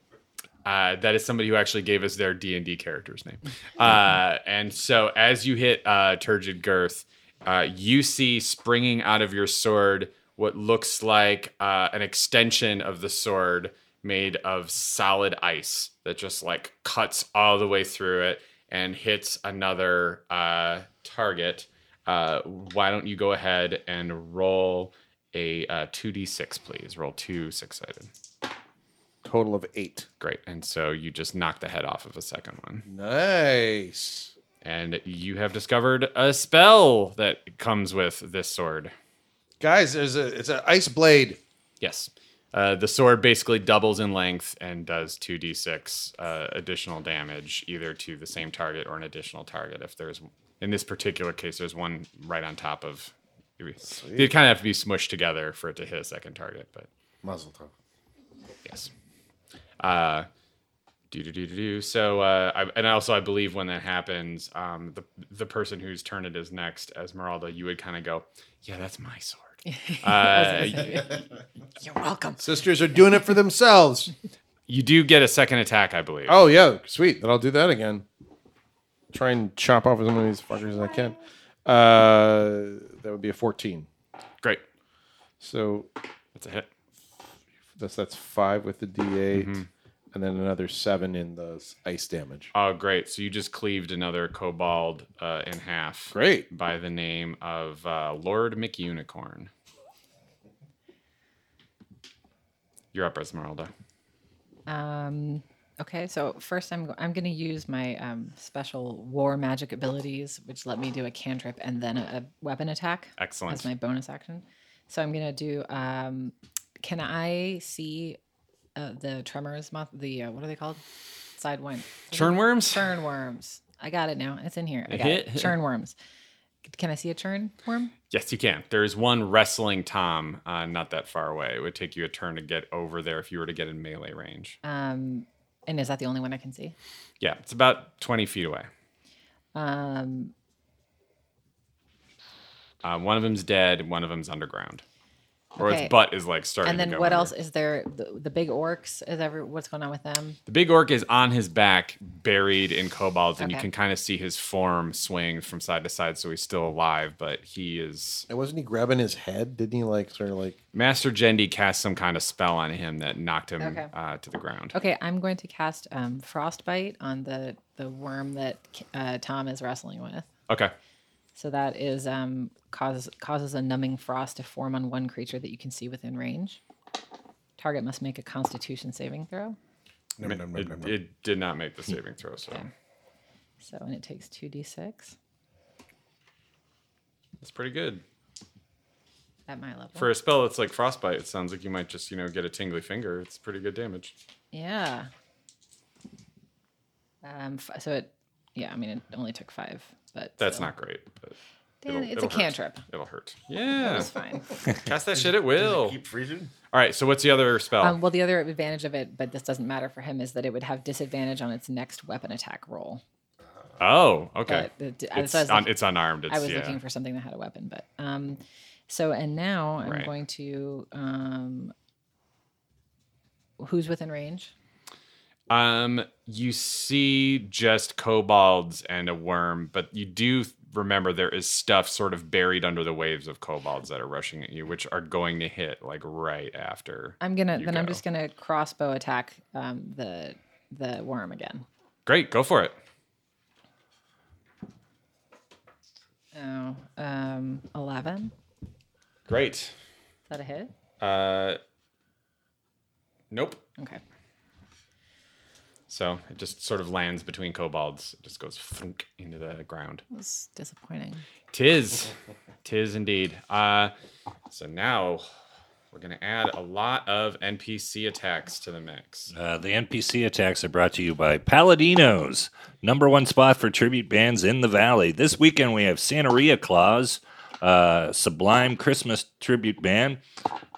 S4: uh, that is somebody who actually gave us their D and D character's name. Uh, and so, as you hit uh, Turgid Girth, uh, you see springing out of your sword what looks like uh, an extension of the sword made of solid ice that just like cuts all the way through it and hits another uh, target. Uh, why don't you go ahead and roll a uh, 2d6, please? Roll two six sided.
S3: Total of eight.
S4: Great. And so you just knock the head off of a second one.
S3: Nice.
S4: And you have discovered a spell that comes with this sword.
S3: Guys, there's a it's an ice blade.
S4: Yes. Uh, the sword basically doubles in length and does 2d6 uh, additional damage, either to the same target or an additional target. If there's, in this particular case, there's one right on top of. They kind of have to be smushed together for it to hit a second target, but
S5: [LAUGHS] Muzzle top.
S4: yes. Uh, do do do do do. So, uh, I, and also, I believe when that happens, um, the the person whose turn it is next, Esmeralda, you would kind of go, "Yeah, that's my sword." Uh,
S2: You're welcome.
S3: Sisters are doing it for themselves.
S4: You do get a second attack, I believe.
S3: Oh yeah, sweet. Then I'll do that again. Try and chop off as many of these fuckers as I can. Uh, that would be a fourteen.
S4: Great.
S3: So
S4: That's a hit.
S3: that's that's five with the D 8
S4: Mm-hmm.
S3: and then another seven in the s- ice damage.
S4: Oh, great. So you just cleaved another kobold uh, in half.
S3: Great.
S4: By the name of uh, Lord McUnicorn. You're up, Esmeralda.
S2: Um, okay, so first I'm go- I'm going to use my um, special war magic abilities, which let me do a cantrip and then a, a weapon attack
S4: Excellent.
S2: as my bonus action. So I'm going to do. Um, can I see uh, the tremors? Moth- the uh, what are they called? Sidewind.
S4: Churn worms?
S2: Churn worms. I got it now. It's in here. I got
S4: hit.
S2: it. Churn worms. Can I see a churn worm?
S4: Yes, you can. There is one wrestling Tom uh, not that far away. It would take you a turn to get over there if you were to get in melee range.
S2: Um, and is that the only one I can see?
S4: Yeah, it's about 20 feet away.
S2: Um,
S4: Uh, one of them's dead, one of them's underground. Or
S2: Okay.
S4: its butt is like starting
S2: and
S4: to
S2: then
S4: go
S2: what
S4: under.
S2: else is there? The, the big orcs is ever what's going on with them?
S4: The big orc is on his back, buried in kobolds, and you
S2: Okay.
S4: can kind of see his form swing from side to side. So he's still alive, but he is.
S3: And wasn't he grabbing his head? Didn't he like sort of like?
S4: Master Jendi cast some kind of spell on him that knocked him
S2: Okay.
S4: uh, to the ground.
S2: Okay, I'm going to cast um, frostbite on the the worm that uh, Tom is wrestling with.
S4: Okay.
S2: So that is um, causes causes a numbing frost to form on one creature that you can see within range. Target must make a Constitution saving throw.
S5: Nom, nom, nom,
S4: It,
S5: nom, nom.
S4: it did not make the saving throw,
S5: [LAUGHS]
S4: so
S2: So and it takes two d6
S4: that's pretty good.
S2: at my level.
S4: For a spell that's like frostbite, it sounds like you might just, you know, get a tingly finger. It's pretty good damage.
S2: yeah. Um, f- so it, yeah, I mean it only took five, but
S4: That's
S2: still.
S4: not great, but
S2: Dan, it's a
S4: hurt.
S2: cantrip.
S4: It'll
S5: [LAUGHS]
S4: hurt. Yeah. Oh.
S2: It's fine.
S4: [LAUGHS] Cast that shit at will.
S5: Keep freezing.
S4: All right, so what's the other spell?
S2: Um, well, the other advantage of it, but this doesn't matter for him, is that it would have disadvantage on its next weapon attack roll.
S4: oh, okay.
S2: But it- I
S4: It's,
S2: was, I was
S4: un-
S2: looking-
S4: it's unarmed. It's,
S2: I was
S4: yeah.
S2: looking for something that had a weapon, but um, so and now I'm
S4: Right.
S2: going to um, who's within range?
S4: Um, you see just kobolds and a worm, but you do remember there is stuff sort of buried under the waves of kobolds that are rushing at you, which are going to hit like right after.
S2: I'm gonna
S4: You
S2: then I'm
S4: go.
S2: just gonna crossbow attack um, the the worm again.
S4: Great, go for it.
S2: Oh, um, eleven.
S4: Great.
S2: Is that a hit?
S4: Uh, nope.
S2: Okay.
S4: So it just sort of lands between kobolds. It just goes thunk into the ground.
S2: That's disappointing.
S4: Tis, [LAUGHS] tis indeed. Uh, so now we're gonna add a lot of NPC attacks to the mix.
S1: Uh, the NPC attacks are brought to you by Paladinos, number one spot for tribute bands in the valley. This weekend we have Santeria Claus, uh, Sublime Christmas tribute band,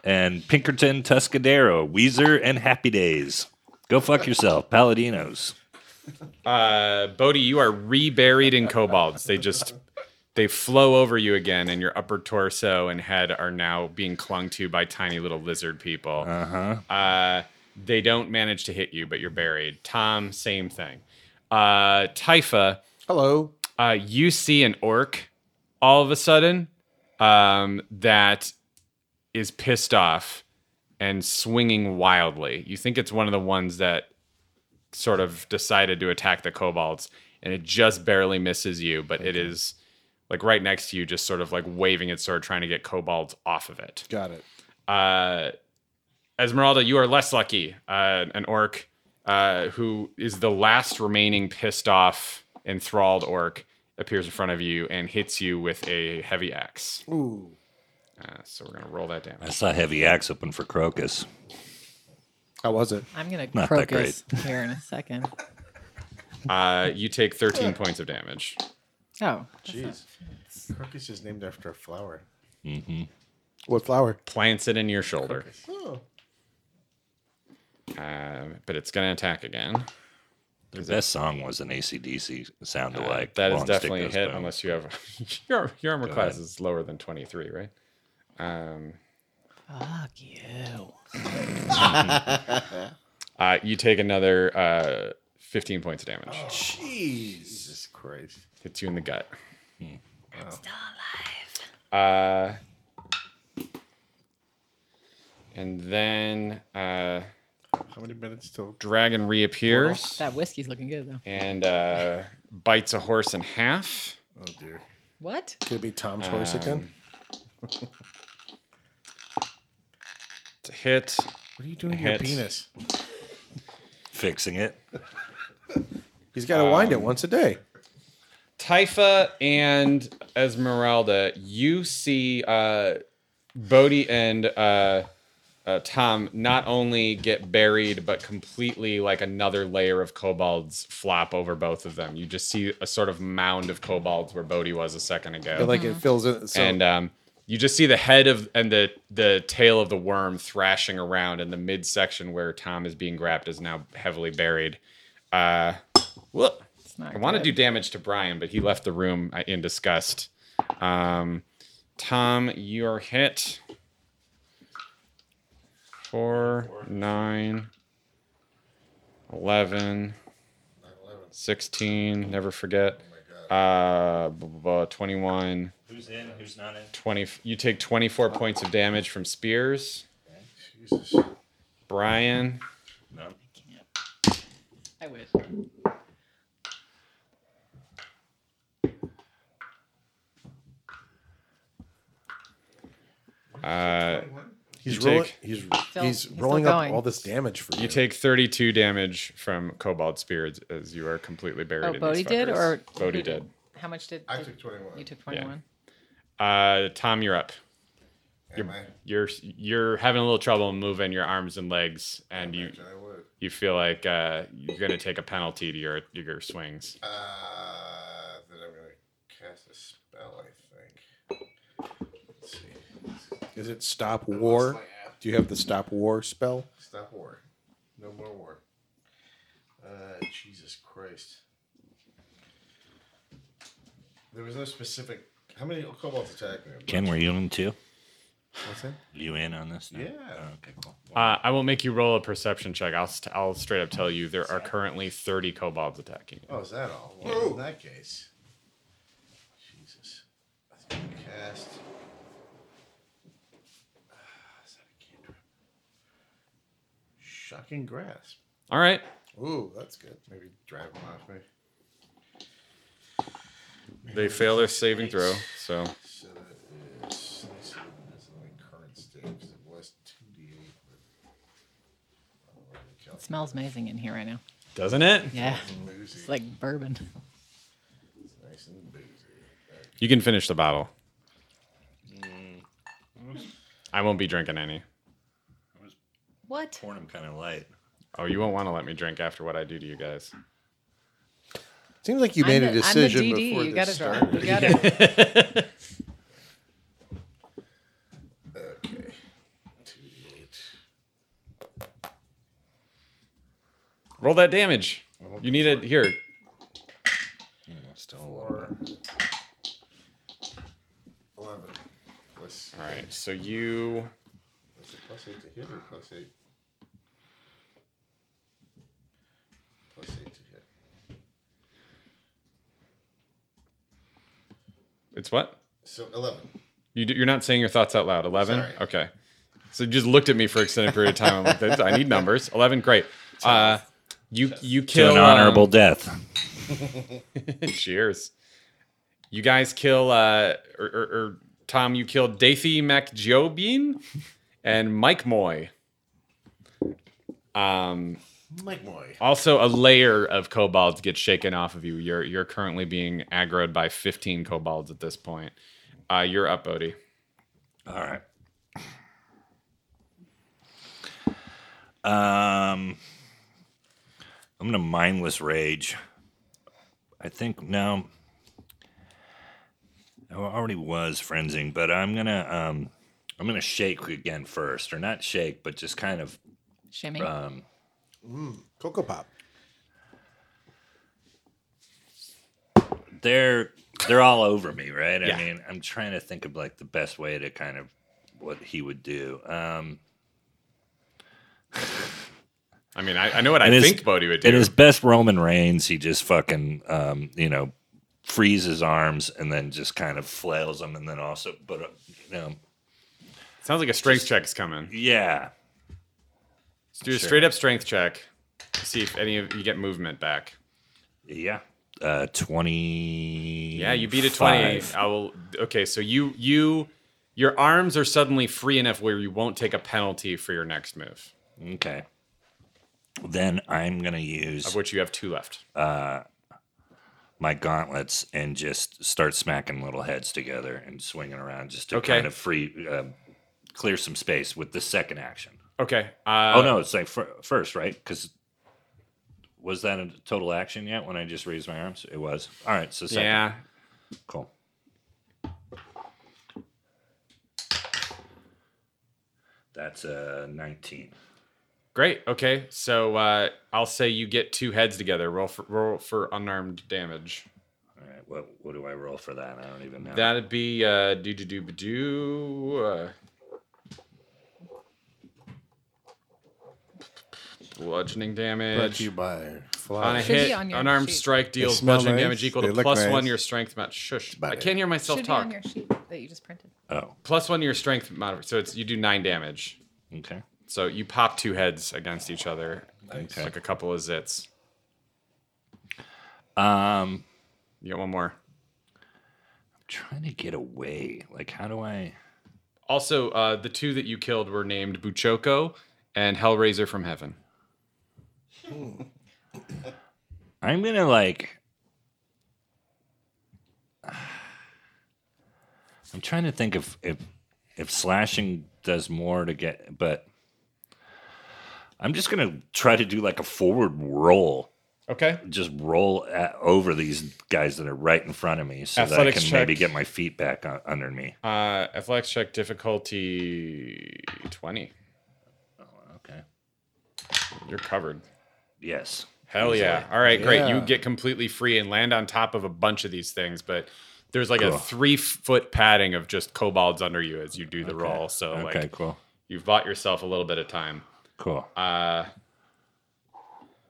S1: and Pinkerton Tuscadero, Weezer, and Happy Days. Go fuck yourself, Paladinos.
S4: Uh, Bodhi, you are reburied in kobolds. They just they flow over you again, and your upper torso and head are now being clung to by tiny little lizard people. Uh-huh. They don't manage to hit you, but you're buried. Tom, same thing. Uh, Typha,
S3: Hello.
S4: uh, you see an orc all of a sudden um, that is pissed off and swinging wildly. You think it's one of the ones that sort of decided to attack the kobolds, and it just barely misses you, but it is like right next to you, just sort of like waving its sword, trying to get kobolds off of it.
S3: Got it.
S4: Uh, Esmeralda, you are less lucky. Uh, an orc uh, who is the last remaining pissed off, enthralled orc appears in front of you and hits you with a heavy axe. Ooh. Uh, so we're gonna roll that
S1: I
S4: damage.
S1: saw Heavy Axe open for Crocus.
S3: How was it?
S2: I'm gonna
S1: Not that
S2: crocus [LAUGHS] here in a second.
S4: Uh, you take 13 points of damage.
S2: Oh,
S5: Jeez. Crocus is named after a flower.
S3: What flower?
S4: Plants it in your shoulder. Uh, but it's gonna attack again.
S1: Their best song was an ACDC sound alike.
S4: Uh, That is
S1: Won't Stick
S4: definitely a
S1: Goes
S4: hit,
S1: Boom.
S4: unless you have [LAUGHS] your your armor class
S1: ahead.
S4: is lower than 23, right? Um,
S2: fuck you.
S4: Uh, you take another uh, 15 points of damage.
S5: Oh. Jesus Christ.
S4: Hits you in the gut.
S5: Hmm.
S4: Uh, and then uh,
S5: How many minutes till?
S4: dragon reappears
S2: That whiskey's looking good though.
S4: and uh, bites a horse in half.
S5: Oh dear.
S2: What?
S3: Could it be Tom's horse
S4: Um,
S3: again?
S4: It's a hit.
S5: What are you doing to your
S4: Hits.
S5: penis?
S1: Fixing it.
S3: He's got to wind
S4: um,
S3: it once a day.
S4: Typha and Esmeralda, you see uh, Bodhi and uh, uh, Tom not only get buried, but completely like another layer of kobolds flop over both of them. You just see a sort of mound of kobolds where Bodhi was a second ago.
S3: Like
S2: Mm-hmm.
S3: it fills in. So
S4: and um, you just see the head of and the, the tail of the worm thrashing around, and the midsection where Tom is being grabbed is now heavily buried. Uh, whoop.
S2: It's not
S4: I want to
S2: good.
S4: do damage to Brian, but he left the room uh, in disgust. Um, Tom, you're hit. Four, nine, 11, 16, never forget. Uh, blah, blah, blah, 21,
S7: Oh Who's in? Who's not in?
S4: 20. You take 24 points of damage from spears.
S5: Jesus.
S4: Brian,
S7: No.
S2: I wish.
S4: uh,
S3: he's
S4: you
S3: rolling.
S4: take-
S3: He's
S2: Still-
S3: he's
S2: he's still
S3: rolling up
S2: going.
S3: all this damage for you.
S4: You take 32 damage from Cobalt Spears as you are completely buried
S2: Oh,
S4: in
S2: Bodhi
S4: these
S2: did, or
S4: fuckers. Bodhi
S2: who
S4: did.
S2: How much did,
S5: I
S2: did-
S5: took 21.
S2: you took? Twenty one.
S4: Uh, Tom, you're up.
S5: Am I?
S4: You're you're having a little trouble moving your arms and legs, and you
S5: I would.
S4: you feel like uh, you're gonna take a penalty to your your swings.
S5: Uh, then I'm going to cast a spell, I think. Let's see.
S3: Is it stop war? Do you have the stop war spell?
S5: Stop war. No more war. Uh, Jesus Christ. There was no specific. How many kobolds attacked me?
S1: Ken, were you in too?
S5: What's that?
S1: You in on this? No?
S5: Yeah.
S1: Oh, okay, cool.
S4: Uh, I will make you roll a perception check. I'll st- I'll straight up tell you there are currently 30 kobolds attacking you.
S5: Oh, is that all? Well, in that case, Jesus, I think I cast. Ah, is that a cantrip? Shocking grasp.
S4: All right,
S5: Ooh, that's good. Maybe drive them off me.
S4: they fail their saving throw, so
S5: So that is. Let me see what it is in my current state because it was two d eight.
S2: It smells amazing in here right now.
S4: doesn't it?
S2: Yeah,
S5: Boozy.
S2: it's like bourbon.
S5: It's nice and boozy.
S4: You can finish the bottle.
S5: Mm.
S4: I won't be drinking any.
S2: What?
S1: Pouring them kind of light.
S4: Oh, you won't want to let me drink after what I do to you guys.
S3: Seems like you
S2: I'm
S3: made
S2: the-
S3: a
S2: I'm the
S3: decision
S2: DD,
S3: before
S2: you gotta
S3: this
S2: draw.
S3: started.
S2: You gotta.
S3: [LAUGHS]
S5: Okay. Two d eight.
S4: Roll that damage. You need it here.
S5: Four. Eleven. Plus.
S4: All right. So you
S5: Is it plus eight to hit or plus eight? Plus eight to hit.
S4: it's what?
S5: So eleven.
S4: You do, you're not saying your thoughts out loud. Eleven.
S5: Sorry.
S4: Okay. So you just looked at me for an extended period of time. I'm like, "That's- I need numbers. Eleven. Great. Uh, you you kill
S1: To an honorable
S4: um,
S1: death.
S4: [LAUGHS] cheers. You guys kill uh, or, or, or Tom. You kill Daffy MacJobin and Mike Moy. Um,
S5: Mike Moy.
S4: also, a layer of kobolds gets shaken off of you. You're you're currently being aggroed by 15 kobolds at this point. Uh, you're up, Odie.
S1: All right. Um, I'm gonna mindless rage. I think no. I already was frenzying, but I'm gonna um, I'm gonna shake again first, or not shake, but just kind of
S2: Shimmy.
S1: um,
S3: Cocoa Pop.
S1: they're they're all over me, right?
S4: Yeah.
S1: I mean, I'm trying to think of like the best way to kind of what he would do. Um,
S4: I mean, I, I know what I
S1: And his-
S4: think Bodhi would do.
S1: in his best Roman Reigns, he just fucking um, you know frees his arms and then just kind of flails them, and then also, but uh, you know,
S4: Sounds like a strength check is coming.
S1: yeah,
S4: Let's do a straight up strength check. See if any of you get movement back.
S1: yeah, uh, twenty.
S4: Yeah, you beat a twenty. I will. Okay, so you you your arms are suddenly free enough where you won't take a penalty for your next move,
S1: Okay, then I'm gonna use
S4: of which you have two left.
S1: Uh, my gauntlets and just start smacking little heads together and swinging around just to
S4: Okay.
S1: kind of free uh, clear some space with the second action.
S4: Okay. Uh,
S1: oh no, it's like fir- first, right? Because was that a total action yet when I just raised my arms? It was. All right, so second.
S4: Yeah.
S1: Cool. That's a 19.
S4: Great. Okay. So uh, I'll say you get two heads together. Roll for roll for unarmed damage.
S1: All right, what what do I roll for that? I don't even know.
S4: That'd be uh do do do do uh bludgeoning
S5: Brought to
S4: damage.
S5: you by
S4: On a
S5: Fly.
S2: Should be
S4: hit,
S2: on your
S4: unarmed
S2: sheet.
S4: strike deals
S5: smell
S4: bludgeoning
S5: nice,
S4: damage equal to
S5: they look
S4: plus
S5: nice.
S4: one your strength mod. Shush!
S5: about
S4: I
S5: it.
S4: can't hear myself
S2: Should be
S4: talk.
S2: on your sheet that you just printed.
S1: oh,
S4: Plus one to your strength mod. So it's you do nine damage.
S1: okay.
S4: So you pop two heads against each other,
S1: Okay.
S4: like a couple of zits.
S1: Um
S4: You get one more.
S1: trying to get away. Like how do I
S4: Also, uh, the two that you killed were named Buchoko and Hellraiser from Heaven.
S1: I'm gonna like. [SIGHS] I'm trying to think if if if slashing does more to get, but I'm just gonna try to do like a forward roll,
S4: Okay.
S1: just roll at, over these guys that are right in front of me, so
S4: Athletics
S1: that I can
S4: check.
S1: maybe get my feet back on, under me.
S4: Uh, athletics check difficulty 20.
S1: Okay.
S4: You're covered.
S1: Yes.
S4: Hell yeah. All right, great. You
S5: Yeah.
S4: get completely free and land on top of a bunch of these things, but there's like a
S1: Cool.
S4: three foot padding of just kobolds under you as you do the roll. So,
S1: Okay.
S4: like,
S1: cool.
S4: you've bought yourself a little bit of time.
S1: Cool.
S4: Uh,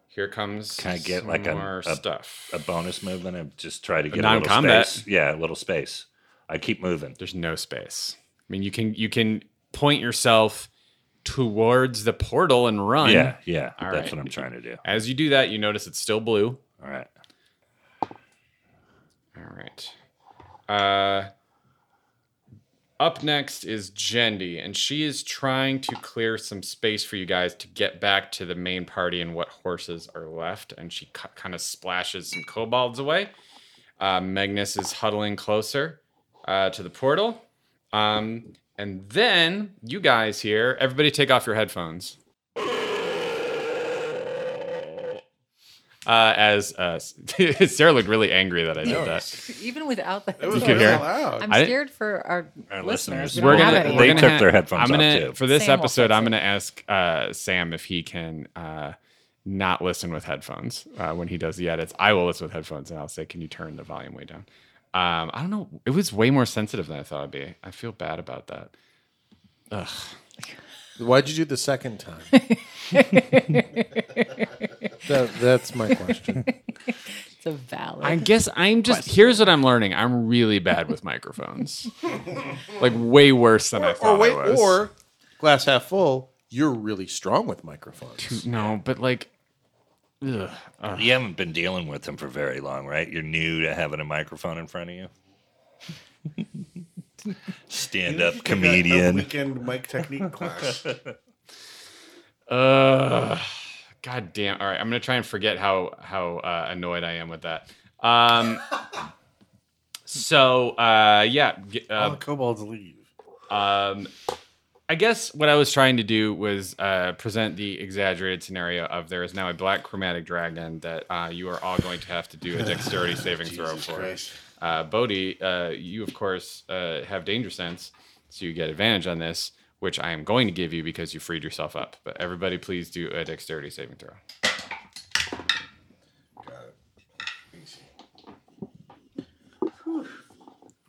S4: here comes
S1: Can I get,
S4: some
S1: like, a-
S4: more
S1: a-
S4: stuff.
S1: a bonus move, and I just try to get a little
S4: non-combat.
S1: space. Yeah, a little space. I keep moving.
S4: There's no space. I mean, you can you can point yourself towards the portal and run.
S1: Yeah, yeah.
S4: All
S1: that's
S4: right.
S1: what I'm trying to do.
S4: As you do that, you notice it's still blue.
S1: All right.
S4: All right. Uh, up next is Jendi, and she is trying to clear some space for you guys to get back to the main party and what horses are left. And she kind of splashes some kobolds away. Uh, Magnus is huddling closer uh, to the portal. Um, and then you guys here, everybody take off your headphones. Uh, as uh, [LAUGHS] Sarah looked really angry that I did that.
S2: [LAUGHS] Even without that,
S3: It was
S4: can
S3: really
S4: hear it.
S3: loud.
S2: I'm
S4: I-
S2: scared for our,
S1: Our listeners.
S2: listeners. We
S1: We're
S2: don't
S1: gonna-
S2: have any.
S1: they took
S4: ha-
S1: their headphones
S4: I'm gonna,
S1: off, too.
S4: For this
S2: Sam will
S4: episode,
S2: fix it.
S4: I'm going to ask uh, Sam if he can uh, not listen with headphones uh, when he does the edits. I will listen with headphones, and I'll say, "Can you turn the volume way down?" Um, I don't know. It was way more sensitive than I thought it'd be. I feel bad about that.
S3: Why'd you do the
S2: [LAUGHS]
S3: second time? that, that's my question.
S2: It's the valid.
S4: I guess I'm just here's what I'm learning. I'm really bad with
S2: [LAUGHS]
S4: microphones. like way worse than I
S3: Or
S4: thought
S3: wait,
S4: I was.
S3: or glass half full. You're really strong with microphones.
S4: no, but like ugh.
S7: You haven't been dealing with them for very long, right? You're new to having a microphone in front of you. Stand
S1: [LAUGHS]
S7: up
S5: [LAUGHS] A
S7: comedian.
S5: weekend mic technique class.
S4: Uh, God damn. All right. I'm going to try and forget how, how uh, annoyed I am with that.
S5: [LAUGHS]
S4: Um, so, uh, yeah. g-
S5: All the
S4: Uh,
S5: kobolds leave.
S4: um, I guess what I was trying to do was uh, present the exaggerated scenario of there is now a black chromatic dragon that uh, you are all going to have to do a
S5: [LAUGHS]
S4: dexterity saving throw
S5: Jesus
S4: for.
S5: Christ.
S4: Uh, Bodhi, uh, you of course uh, have danger sense, so you get advantage on this, which I am going to give you because you freed yourself up. But everybody, please do a dexterity saving throw.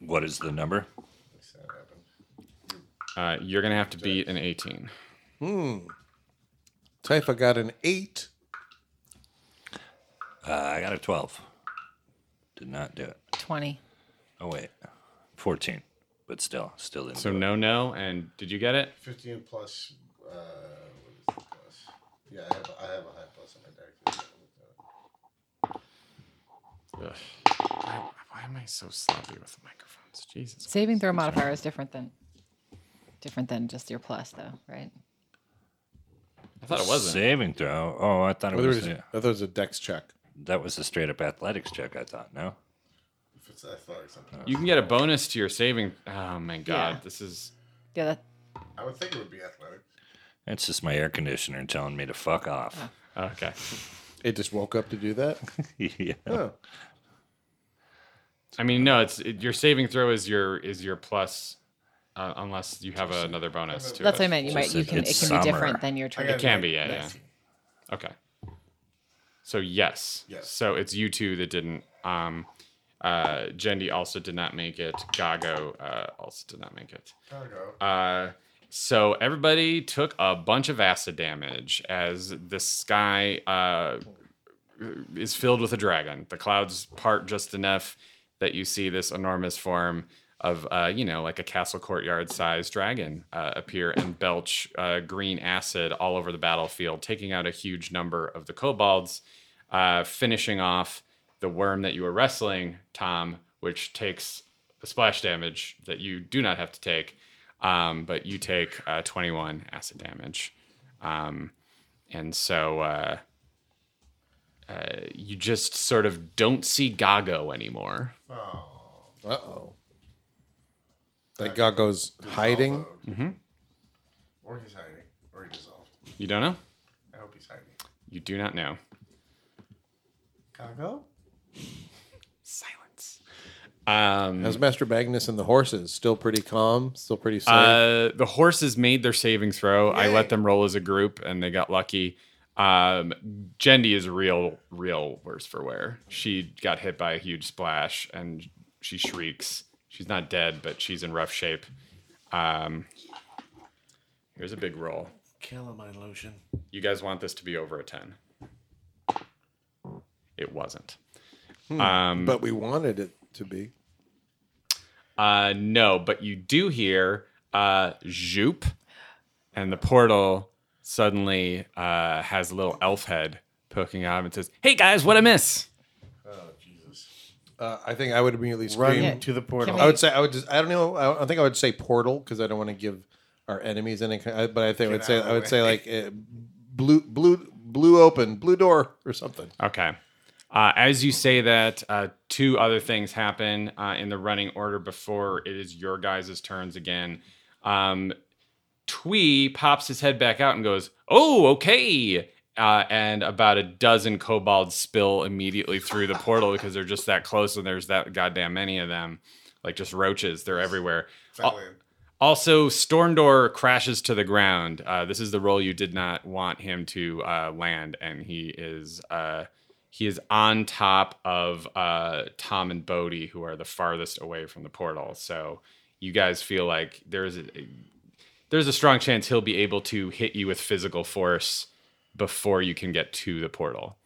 S7: What is the number?
S4: Uh, you're gonna have to beat an 18.
S3: Typha got an eight.
S7: Uh, I got a 12. Did not do it.
S2: 20.
S7: Oh, wait. 14. But still, still didn't.
S4: So
S7: do it.
S4: no, no, and did you get it?
S5: 15 plus. Uh, what is the plus? Yeah, I have, I have a high plus on my deck.
S4: Ugh. Why, why am I so sloppy with the microphones? Jesus.
S2: Saving throw modifier is different than different than just your plus though, right?
S4: I thought it wasn't.
S7: Saving throw. Oh, I thought it
S3: Whether
S7: was.
S3: it's,
S7: a-
S3: whether it's a dex check.
S7: that was a straight up athletics check, I thought. No?
S5: If it's athletic, something.
S4: You can get a bonus to your saving. Oh my god,
S2: Yeah.
S4: this is.
S2: Yeah, that
S5: I would think it would be athletic.
S7: That's just my air conditioner telling me to fuck off.
S4: Okay.
S3: It just woke up to do
S4: [LAUGHS]
S3: that.
S7: [LAUGHS] yeah.
S3: Huh.
S4: I mean, no, it's it, your saving throw is your is your plus, uh, unless you have another bonus to
S2: that's
S4: it.
S2: what I meant. You might you
S7: Just
S2: can it can
S7: it's
S2: be
S7: summer.
S2: different than your
S5: I
S2: turn.
S5: got
S4: can
S5: a
S4: be, yeah, yeah.
S5: 19.
S4: Okay. So yes.
S5: Yes.
S4: So it's you two that didn't. Um, uh, Jendi also did not make it. Gago uh, also did not make it.
S5: Chicago.
S4: Uh, so everybody took a bunch of acid damage as the sky uh, is filled with a dragon. The clouds part just enough that you see this enormous form of, uh, you know, like a castle courtyard sized dragon uh, appear and belch uh, green acid all over the battlefield, taking out a huge number of the kobolds, uh, finishing off the worm that you were wrestling, Tom, which takes the splash damage that you do not have to take, um, but you take uh, 21 acid damage. Um, and so. Uh, you just sort of don't see Gago anymore.
S3: Uh oh. That Gago's hiding.
S4: Mm-hmm.
S5: Or he's hiding. Or he dissolved.
S4: You don't know?
S5: I hope he's hiding.
S4: You do not know.
S5: Chicago?
S4: Silence. Um,
S3: How's Master Magnus and the horses? Still pretty calm. Still pretty safe.
S4: uh, the horses made their saving throw. I let them roll as a group, and they got lucky. Um, Jendi is real, real worse for wear. She got hit by a huge splash, and she shrieks. She's not dead, but she's in rough shape. Um, here's a big roll.
S5: Kill him, my lotion.
S4: you guys want this to be over a 10 it wasn't um
S3: but we wanted it to be.
S4: uh no but you do hear uh zoop and the portal suddenly uh has a little elf head poking out and says hey guys what a miss
S5: Oh, Jesus.
S3: Uh, I think I would immediately
S5: Run
S3: scream.
S5: to the portal.
S2: Can
S3: I would say I would just I don't know I don't think I would say portal because I don't want to give our enemies any kind- I- but I think I would
S5: Get
S3: say
S5: out of
S3: I
S5: the
S3: would
S5: way.
S3: say like uh, blue blue blue open blue door or something.
S4: Okay. Uh, as you say that, uh, two other things happen uh, in the running order before it is your guys' turns again. Um, Twee pops his head back out and goes, Oh, okay. Uh, and about a dozen kobolds spill immediately through the portal because they're just that close and there's that goddamn many of them. Like just roaches, they're everywhere. Al- also, Stormdor crashes to the ground. Uh, this is the role you did not want him to uh, land, and he is uh, he is on top of uh, Tom and Bodhi, who are the farthest away from the portal. So you guys feel like there's a, there's a strong chance he'll be able to hit you with physical force before you can get to the portal.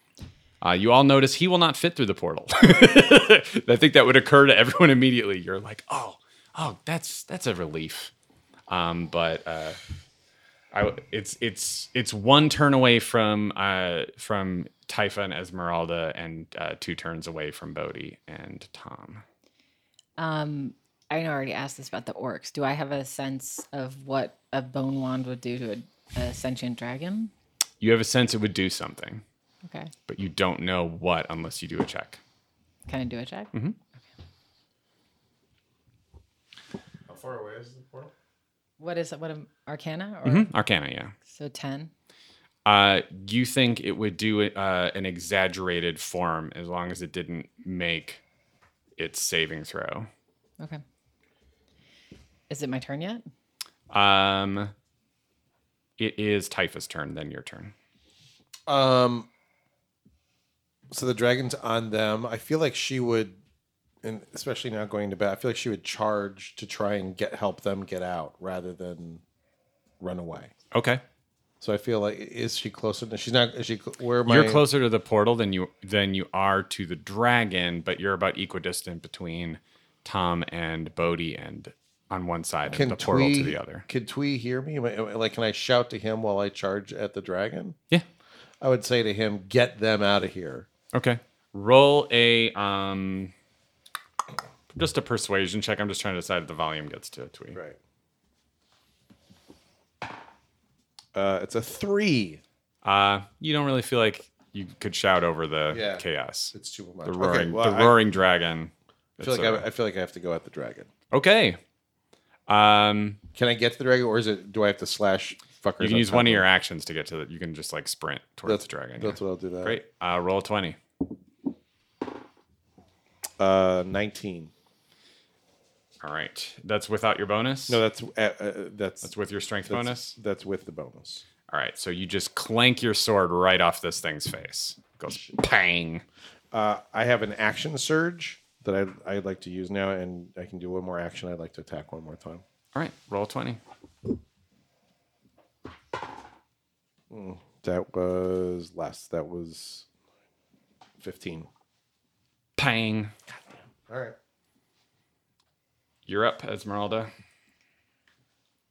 S4: Uh, you all notice he will not fit through the portal. [LAUGHS] I think that would occur to everyone [LAUGHS] immediately. You're like, oh, oh, that's that's a relief. Um, but uh, I, it's it's it's one turn away from uh, from Typha and Esmeralda, and uh, two turns away from Bodhi and Tom.
S2: Um, I know I already asked this about the orcs. Do I have a sense of what a bone wand would do to a, a sentient dragon?
S4: You have a sense it would do something,
S2: Okay.
S4: but you don't know what unless you do a check.
S2: Can I do a check?
S4: Mm-hmm.
S5: How far away is the portal?
S2: What is it? What am Arcana?
S4: Mm-hmm.
S2: Or,
S4: Arcana, yeah.
S2: So 10.
S4: Uh, you think it would do uh, an exaggerated form as long as it didn't make its saving throw.
S2: Okay. Is it my turn yet?
S4: Um, it is Typhus' turn, then your turn.
S3: Um, so the dragon's on them. I feel like she would, and especially not going to bat. I feel like she would charge to try and get help them get out rather than run away.
S4: Okay.
S3: So I feel like is she closer? to- She's not. Is she? cl- Where am I?
S4: You're closer to the portal than you than you are to the dragon, but you're about equidistant between Tom and Bodhi and on one side
S3: Can
S4: and the portal
S3: Twee-
S4: to the other.
S3: Can Twee hear me? Am I- am I- Like, can I shout to him while I charge at the dragon?
S4: Yeah.
S3: I would say to him, "Get them out of here."
S4: Okay. Roll a um just a persuasion check. I'm just trying to decide if the volume gets to a tweet.
S3: Right. Uh, it's a three.
S4: Uh you don't really feel like you could shout over the
S3: Yeah.
S4: chaos.
S3: It's too much.
S4: The roaring
S3: Okay, well,
S4: the
S3: I-
S4: roaring dragon.
S3: I feel
S4: It's
S3: like
S4: a-
S3: I, I feel like I have to go at the dragon.
S4: okay. Um
S3: Can I get to the dragon, or is it? Do I have to slash fuckers?
S4: you can
S3: on
S4: use
S3: top
S4: one of
S3: them?
S4: your actions to get to the you can just like sprint towards
S3: That's
S4: the dragon.
S3: That's
S4: yeah.
S3: what I'll do. That
S4: Great. Uh roll a twenty.
S3: Uh, nineteen.
S4: All right. That's without your bonus?
S3: No, that's uh, uh, that's
S4: that's with your strength
S3: that's-
S4: bonus.
S3: That's with the bonus.
S4: All right. So you just clank your sword right off this thing's face. It goes pang.
S3: Uh, I have an action surge that I I'd like to use now, and I can do one more action. I'd like to attack one more time.
S4: All right, roll 20.
S3: That was less. That was fifteen.
S4: Pang.
S3: All right.
S4: You're up, Esmeralda.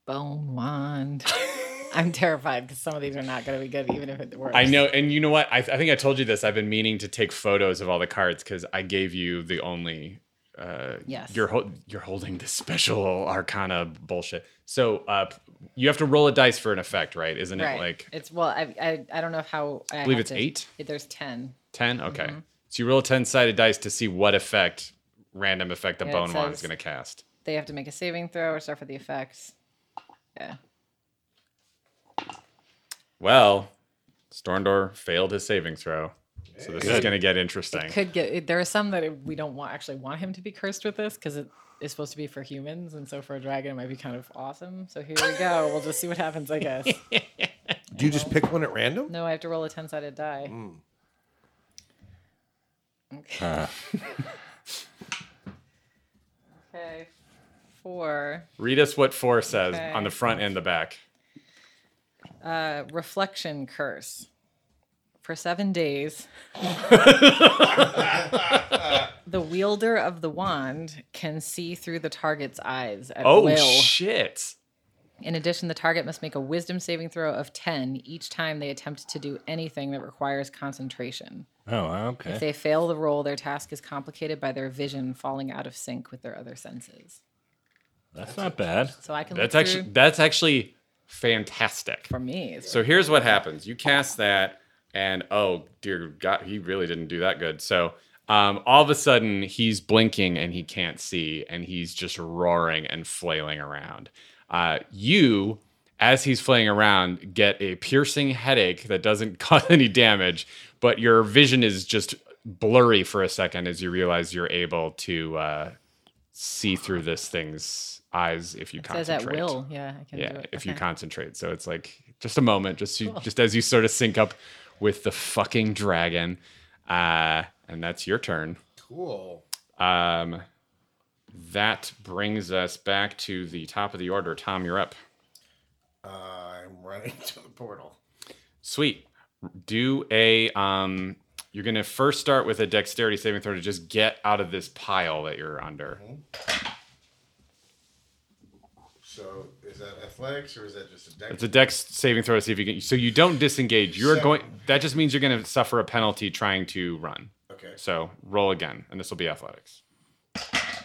S2: Bone wand. [LAUGHS] I'm terrified because some of these are not going to be good, even if it works.
S4: I know, and you know what? I, I think I told you this. I've been meaning to take photos of all the cards because I gave you the only. Uh,
S2: Yes.
S4: You're ho- you're holding this special arcana bullshit. So uh, you have to roll a dice for an effect, right? Isn't
S2: Right.
S4: it like
S2: it's well, I I, I don't know if how. I
S4: believe
S2: have
S4: it's
S2: to-
S4: eight?
S2: it- There's ten.
S4: 10? Okay. So you roll a 10 sided dice to see what effect, random effect, the
S2: Yeah, it
S4: bone wand is
S2: says-
S4: going to cast.
S2: They have to make a saving throw or suffer the effects. Yeah.
S4: Well, Storndor failed his saving throw. So this is
S1: Good.
S4: going to get interesting.
S2: Could get it- there are some that it- we don't want actually want him to be cursed with this because it is supposed to be for humans, and so for a dragon it might be kind of awesome. So here we go. we'll just see what happens, I guess.
S3: Do you just pick one at random?
S2: No, I have to roll a ten sided die. Okay. [LAUGHS] okay. Four.
S4: Read us what four says
S2: Okay.
S4: on the front and the back.
S2: Uh, reflection curse. For seven days, the wielder of the wand can see through the target's eyes at
S4: Oh
S2: will.
S4: shit!
S2: In addition, the target must make a wisdom saving throw of 10 each time they attempt to do anything that requires concentration.
S1: Oh, okay.
S2: If they fail the roll, their task is complicated by their vision falling out of sync with their other senses.
S1: That's not bad.
S2: So I can
S4: That's
S2: look
S4: actually
S2: through-
S4: that's actually fantastic.
S2: for me. it's-
S4: So here's what happens: you cast that, and oh dear God, he really didn't do that good. So um, all of a sudden, he's blinking and he can't see, and he's just roaring and flailing around. Uh, you, as he's flailing around, get a piercing headache that doesn't [LAUGHS] cause any damage, but your vision is just blurry for a second as you realize you're able to uh, see through this thing's eyes if you
S2: says
S4: concentrate
S2: at will. Yeah, I can do
S4: yeah
S2: it.
S4: if you
S2: Okay.
S4: concentrate so it's like just a moment just you, just as you sort of sync up with the fucking dragon uh and that's your turn
S3: Cool.
S4: um that brings us back to the top of the order tom you're up
S5: Uh, [LAUGHS] I'm running to the portal.
S4: sweet do a um You're going to first start with a dexterity saving throw to just get out of this pile that you're under.
S5: So is that athletics or is that just a deck?
S4: It's a dex saving throw to see if you can. So you don't disengage. You're
S5: Seven.
S4: going. That just means you're going to suffer a penalty trying to run.
S5: okay,
S4: So roll again, and this will be athletics.
S5: that's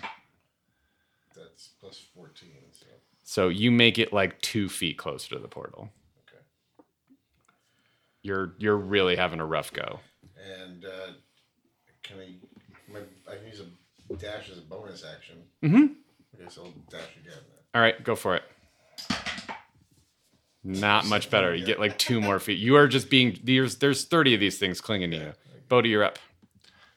S5: plus fourteen. So
S4: So you make it like two feet closer to the portal.
S5: okay,
S4: You're you're really having a rough go.
S5: and uh, can I? My, I can use a dash as a bonus action. Mm-hmm. Okay, so I'll dash again.
S4: All right, go for it. Not much better. You get like two more feet. You are just being there's there's 30 of these things clinging to you. Bodhi, you're up.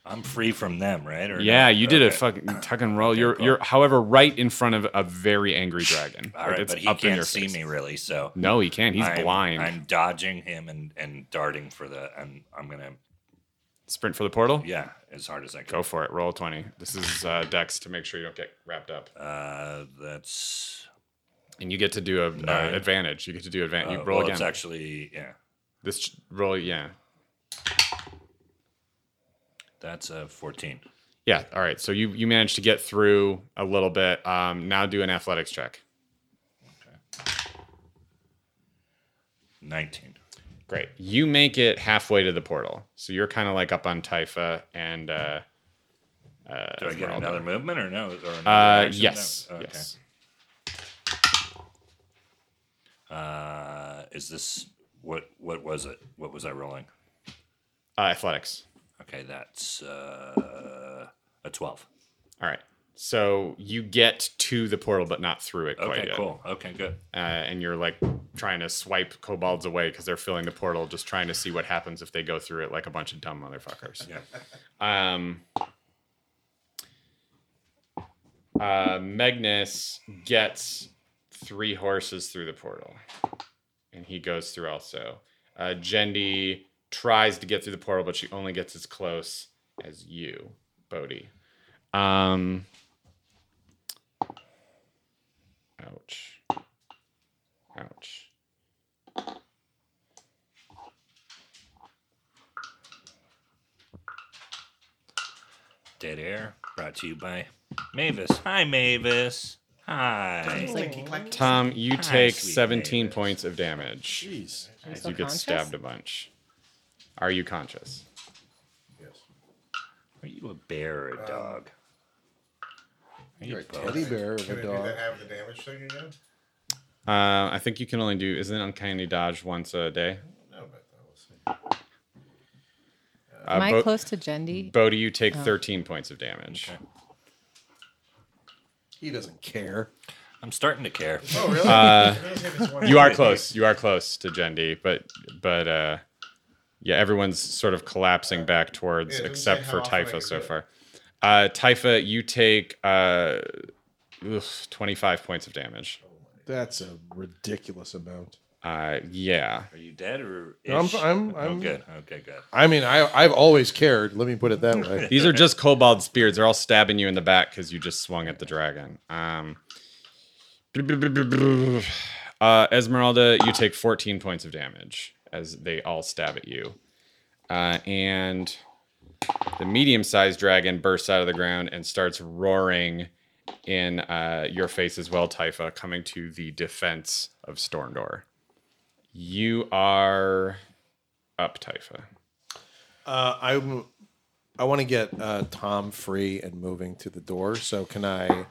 S7: I'm free from them, right? Or
S4: Yeah,
S7: no?
S4: you did a
S7: Okay.
S4: fucking tuck and roll. You're you're however right in front of a very angry dragon.
S7: All
S4: Like,
S7: right,
S4: it's
S7: but he
S4: up in
S7: can't
S4: your
S7: see
S4: face.
S7: me really, so
S4: No, he can't. He's
S7: I'm,
S4: blind.
S7: I'm dodging him and and darting for the. I'm I'm gonna
S4: Sprint for the portal.
S7: yeah as hard as I can.
S4: Go for it. Roll 20. This is uh, Dex to make sure you don't get wrapped up.
S7: Uh, that's
S4: And you get to do a uh,
S7: Nine.
S4: advantage. You get to do advantage.
S7: uh,
S4: you roll
S7: well, It's
S4: again.
S7: actually yeah.
S4: this ch- roll, yeah.
S7: That's uh, a 14.
S4: Yeah. All right. So you you managed to get through a little bit. Um, now do an athletics check.
S7: 19.
S4: Great. You make it halfway to the portal. So you're kind of like up on Typha and uh,
S7: Do I get
S4: Esmeralda.
S7: another movement or no? Or another
S4: uh
S7: action?
S4: yes.
S7: No. Okay.
S4: Yes.
S7: Uh, is this what? What was it? What was I rolling?
S4: Uh, athletics.
S7: Okay, that's uh, a 12.
S4: All right. So you get to the portal, but not through it quite
S7: Okay,
S4: yet.
S7: cool. Okay, good.
S4: Uh, and you're like trying to swipe kobolds away because they're filling the portal, just trying to see what happens if they go through it like a bunch of dumb motherfuckers.
S7: Yeah.
S4: Um, uh, Magnus gets three horses through the portal, and he goes through also. Uh, Jendi tries to get through the portal, but she only gets as close as you, Bodhi. Um, ouch. Ouch.
S7: Dead Air brought to you by Mavis. Hi, Mavis. Hi.
S4: Tom, you take
S7: sweet
S4: 17
S7: Mavis.
S4: points of damage.
S5: Ah, Jeez.
S2: I'm
S4: as
S2: still
S4: you get
S2: conscious?
S4: stabbed a bunch. Are you conscious?
S5: Yes.
S7: Are you a bear
S3: Um,
S7: or a dog? Are you
S5: You're a
S7: both?
S5: teddy bear of
S3: Can I
S5: a
S3: do
S5: dog.
S3: that
S5: have the damage thing again?
S4: Uh, I think you can only do isn't it uncanny dodge once a day?
S5: No, but that was.
S4: Uh,
S2: Am I
S4: Bo-
S2: close to Jendi?
S4: Bodhi, you take 13 points of damage.
S5: He doesn't care.
S7: I'm starting to
S3: [LAUGHS]
S7: care.
S5: Oh really?
S4: You
S5: [LAUGHS]
S4: are close. You are close to Jendi, but but uh, yeah, everyone's sort of collapsing back towards
S5: Uh, Yeah, it doesn't
S4: except
S5: say
S4: for
S5: how often I
S4: Typha
S5: can
S4: so
S5: do it.
S4: far. Uh, Typha, you take uh, ugh, 25 points of damage.
S3: That's a ridiculous amount.
S4: Uh, yeah.
S7: Are you dead or?
S3: No, I'm-
S7: ish?
S3: I'm-
S7: Oh,
S3: I'm-
S7: good. Okay, good.
S3: I mean, I I've always cared. Let me put it that way.
S4: [LAUGHS] These are just kobold spears. They're all stabbing you in the back because you just swung at the dragon. Um, [SNIFFS] uh, Esmeralda, you take 14 points of damage as they all stab at you. Uh, and the medium sized dragon bursts out of the ground and starts roaring in uh, your face as well, Typha, coming to the defense of Stormdoor. You are up, Typha.
S3: [LAUGHS] Uh, I'm I want to get uh, Tom free and moving to the door. So can I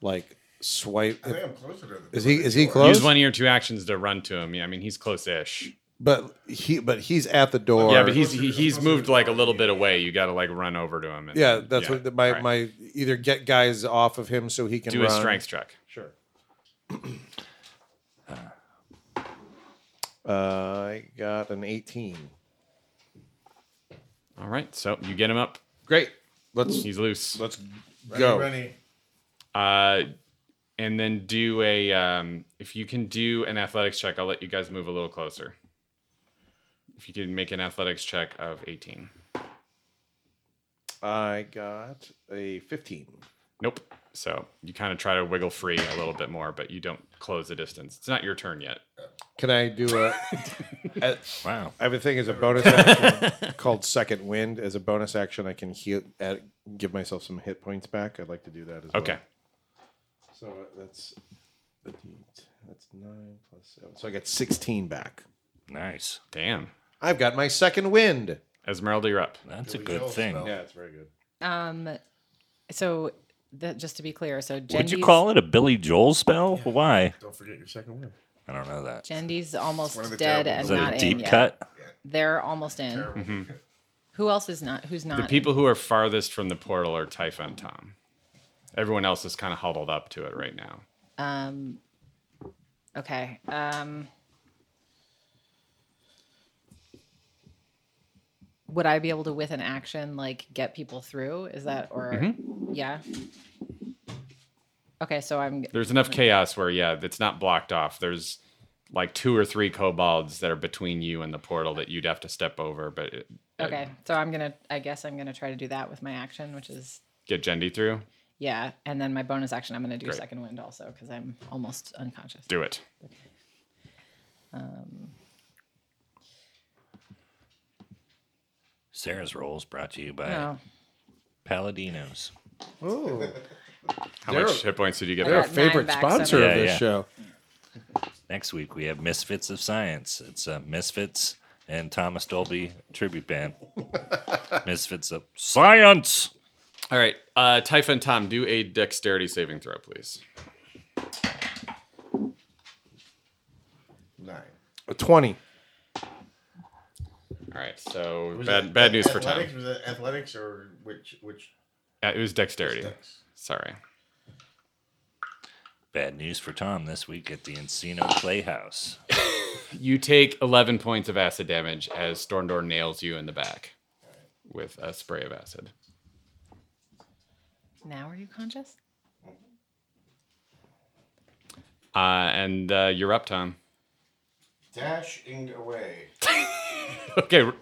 S3: like swipe?
S5: I think I'm closer to the
S3: Is he is he
S4: Use
S3: close?
S4: one of your two actions to run to him. Yeah, I mean he's close-ish.
S3: But he but he's at the door.
S4: yeah, but he's he, he's moved like a little bit away. You got to like run over to him. And,
S3: yeah. That's
S4: yeah,
S3: what the- my
S4: right.
S3: my either get guys off of him so he can
S4: do a
S3: run.
S4: strength check.
S3: Sure. uh, I got an 18.
S4: All right, so you get him up.
S3: Great. Let's
S4: He's loose.
S3: let's
S5: Go.
S3: go.
S4: Uh, and then do a um, if you can do an athletics check, I'll let you guys move a little closer. If you can make an athletics check of eighteen.
S3: I got a 15.
S4: Nope. So you kind of try to wiggle free a little bit more, but you don't close the distance. It's not your turn yet.
S3: Can I do a? I
S1: Wow.
S3: have a thing as a
S4: [LAUGHS]
S3: bonus action called Second Wind. As a bonus action, I can heal, add, give myself some hit points back. I'd like to do that as well.
S4: Okay.
S3: So uh, that's a D8. That's nine plus seven. So I get sixteen back.
S1: Nice.
S4: Damn.
S3: I've got my second wind.
S4: Esmeralda, you're up.
S1: That's a good thing.
S3: Yeah, it's very good.
S2: Um, so that just to be clear, so Gendy's,
S1: Would you call it a Billy Joel spell? Why?
S5: Don't forget your second win.
S1: I don't know that.
S2: Gendy's almost
S5: of the
S2: dead
S5: terrible
S2: and
S1: Is
S2: not
S1: that a
S2: in
S1: deep
S2: yet.
S1: cut?
S2: They're almost in. Who else is not? Who's not?
S4: The people who are farthest from the portal are Typhon Tom. Everyone else is kind of huddled up to it right now.
S2: Um. Okay. Um. Would I be able to, with an action, like get people through? Is that or
S4: Mm-hmm.
S2: yeah? Okay, so I'm
S4: There's enough chaos where, yeah, it's not blocked off. There's like two or three kobolds that are between you and the portal that you'd have to step over, but it,
S2: okay. So I'm gonna. I guess I'm gonna try to do that with my action, which is
S4: get Jendi through.
S2: yeah. And then my bonus action, I'm gonna do
S4: Great.
S2: second wind also because I'm almost unconscious.
S4: Do it.
S1: Sarah's rolls brought to you by
S2: No,
S1: Paladinos.
S4: How
S3: They're-
S4: much hit points did you get
S2: they're
S3: Our
S4: back?
S2: at nine
S3: favorite
S2: back
S3: sponsor
S1: somehow.
S3: of
S1: Yeah,
S3: this
S1: yeah.
S3: show.
S1: Next week we have Misfits of Science. It's uh, Misfits and Thomas Dolby tribute
S5: [LAUGHS]
S1: band. Misfits of Science.
S4: All right. Uh, Typhon Tom, do a dexterity saving throw, please.
S5: Nine.
S3: A twenty.
S4: All right. So
S5: Was
S4: bad,
S5: that
S4: bad news for Tom.
S5: athletics? Was that athletics or which which
S4: Uh, it was dexterity.
S5: dex?
S4: Sorry.
S1: Bad news for Tom this week at the Encino Playhouse.
S4: You take 11 points of acid damage as Storndor nails you in the back with a spray of acid.
S2: now are you conscious?
S4: Uh, and uh, you're up, Tom. [LAUGHS]
S5: Dashing away.
S4: Okay. r-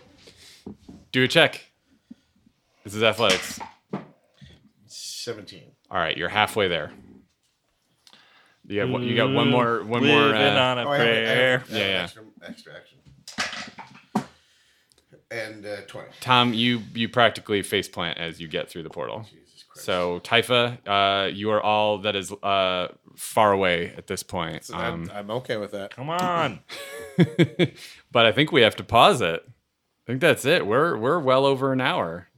S4: Do a check. This is athletics.
S5: Seventeen.
S4: All right, you're halfway there. You got one, you got one more one more
S1: Living
S4: uh,
S1: on a
S5: Oh, I have- I have-
S1: prayer.
S5: I have
S4: Yeah, yeah.
S5: Extra, extra action. And uh, twenty.
S4: Tom, you you practically faceplant as you get through the portal.
S5: Jesus Christ.
S4: So Typha, uh, you are all that is uh, far away at this point. Um,
S3: I'm, I'm okay with that.
S1: Come on.
S4: but I think we have to pause it. I think that's it. We're we're well over an hour.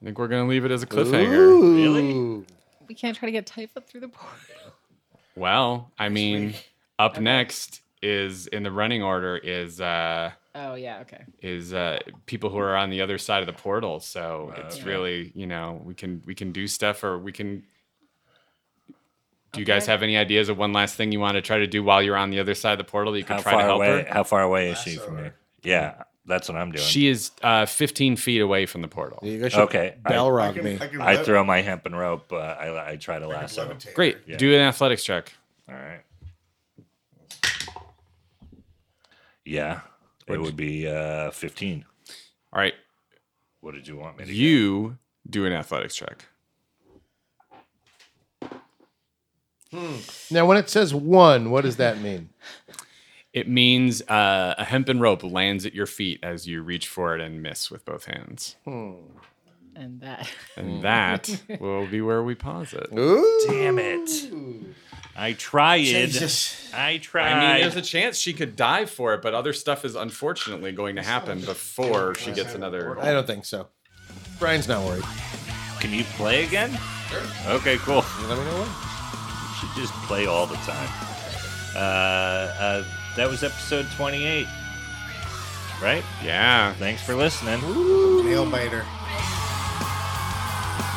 S4: I think we're gonna leave it as a cliffhanger.
S1: Really?
S2: We can't try to get type up through the
S4: [LAUGHS]
S2: portal.
S4: Well, I mean, up next is in the running order is uh
S2: Oh yeah. Okay.
S4: is uh people who are on the other side of the portal. So it's
S2: Okay.
S4: really, you know, we can we can do stuff or we can do you guys have any ideas of one last thing you want to try to do while you're on the other side of the portal? that You can
S1: How
S4: try to
S1: far
S4: help
S1: away?
S4: her.
S1: How far away is she from me? Yeah, that's what I'm doing.
S4: She is uh, 15 feet away from the portal.
S3: You guys should
S1: okay. I,
S5: I
S3: Balrog
S5: can,
S3: me.
S5: I can
S1: I
S5: lev-
S1: throw my hempen rope. Uh, I, I try to lasso.
S5: levitate.
S4: Great.
S1: Yeah.
S4: Do an athletics check.
S1: All right. Yeah, it would be uh, 15.
S4: All right.
S1: What did you want me to get?
S4: You do an athletics check.
S3: Now, when it says one, what does that mean?
S4: It means uh, a hempen rope lands at your feet as you reach for it and miss with both hands.
S2: And that. [LAUGHS]
S4: And [LAUGHS] that will be where we pause it.
S1: Damn it. I tried. I tried.
S4: I mean, there's a chance she could dive for it, but other stuff is unfortunately going to happen before she gets another.
S3: I don't think so. Brian's not worried.
S1: Can you play again? Okay, cool. [LAUGHS]
S3: You let me know when.
S1: You should just play all the time. Uh, uh, that was episode 28. Right?
S4: Yeah.
S1: Thanks for listening.
S5: Nail biter.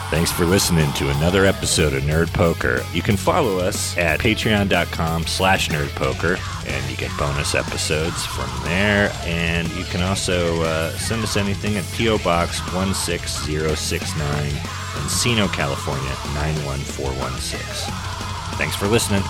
S1: Thanks for listening to another episode of Nerd Poker. You can follow us at patreon.com slash nerdpoker, and you get bonus episodes from there. And you can also uh, send us anything at P.O. Box 16069, Encino, California, 91416. Thanks for listening.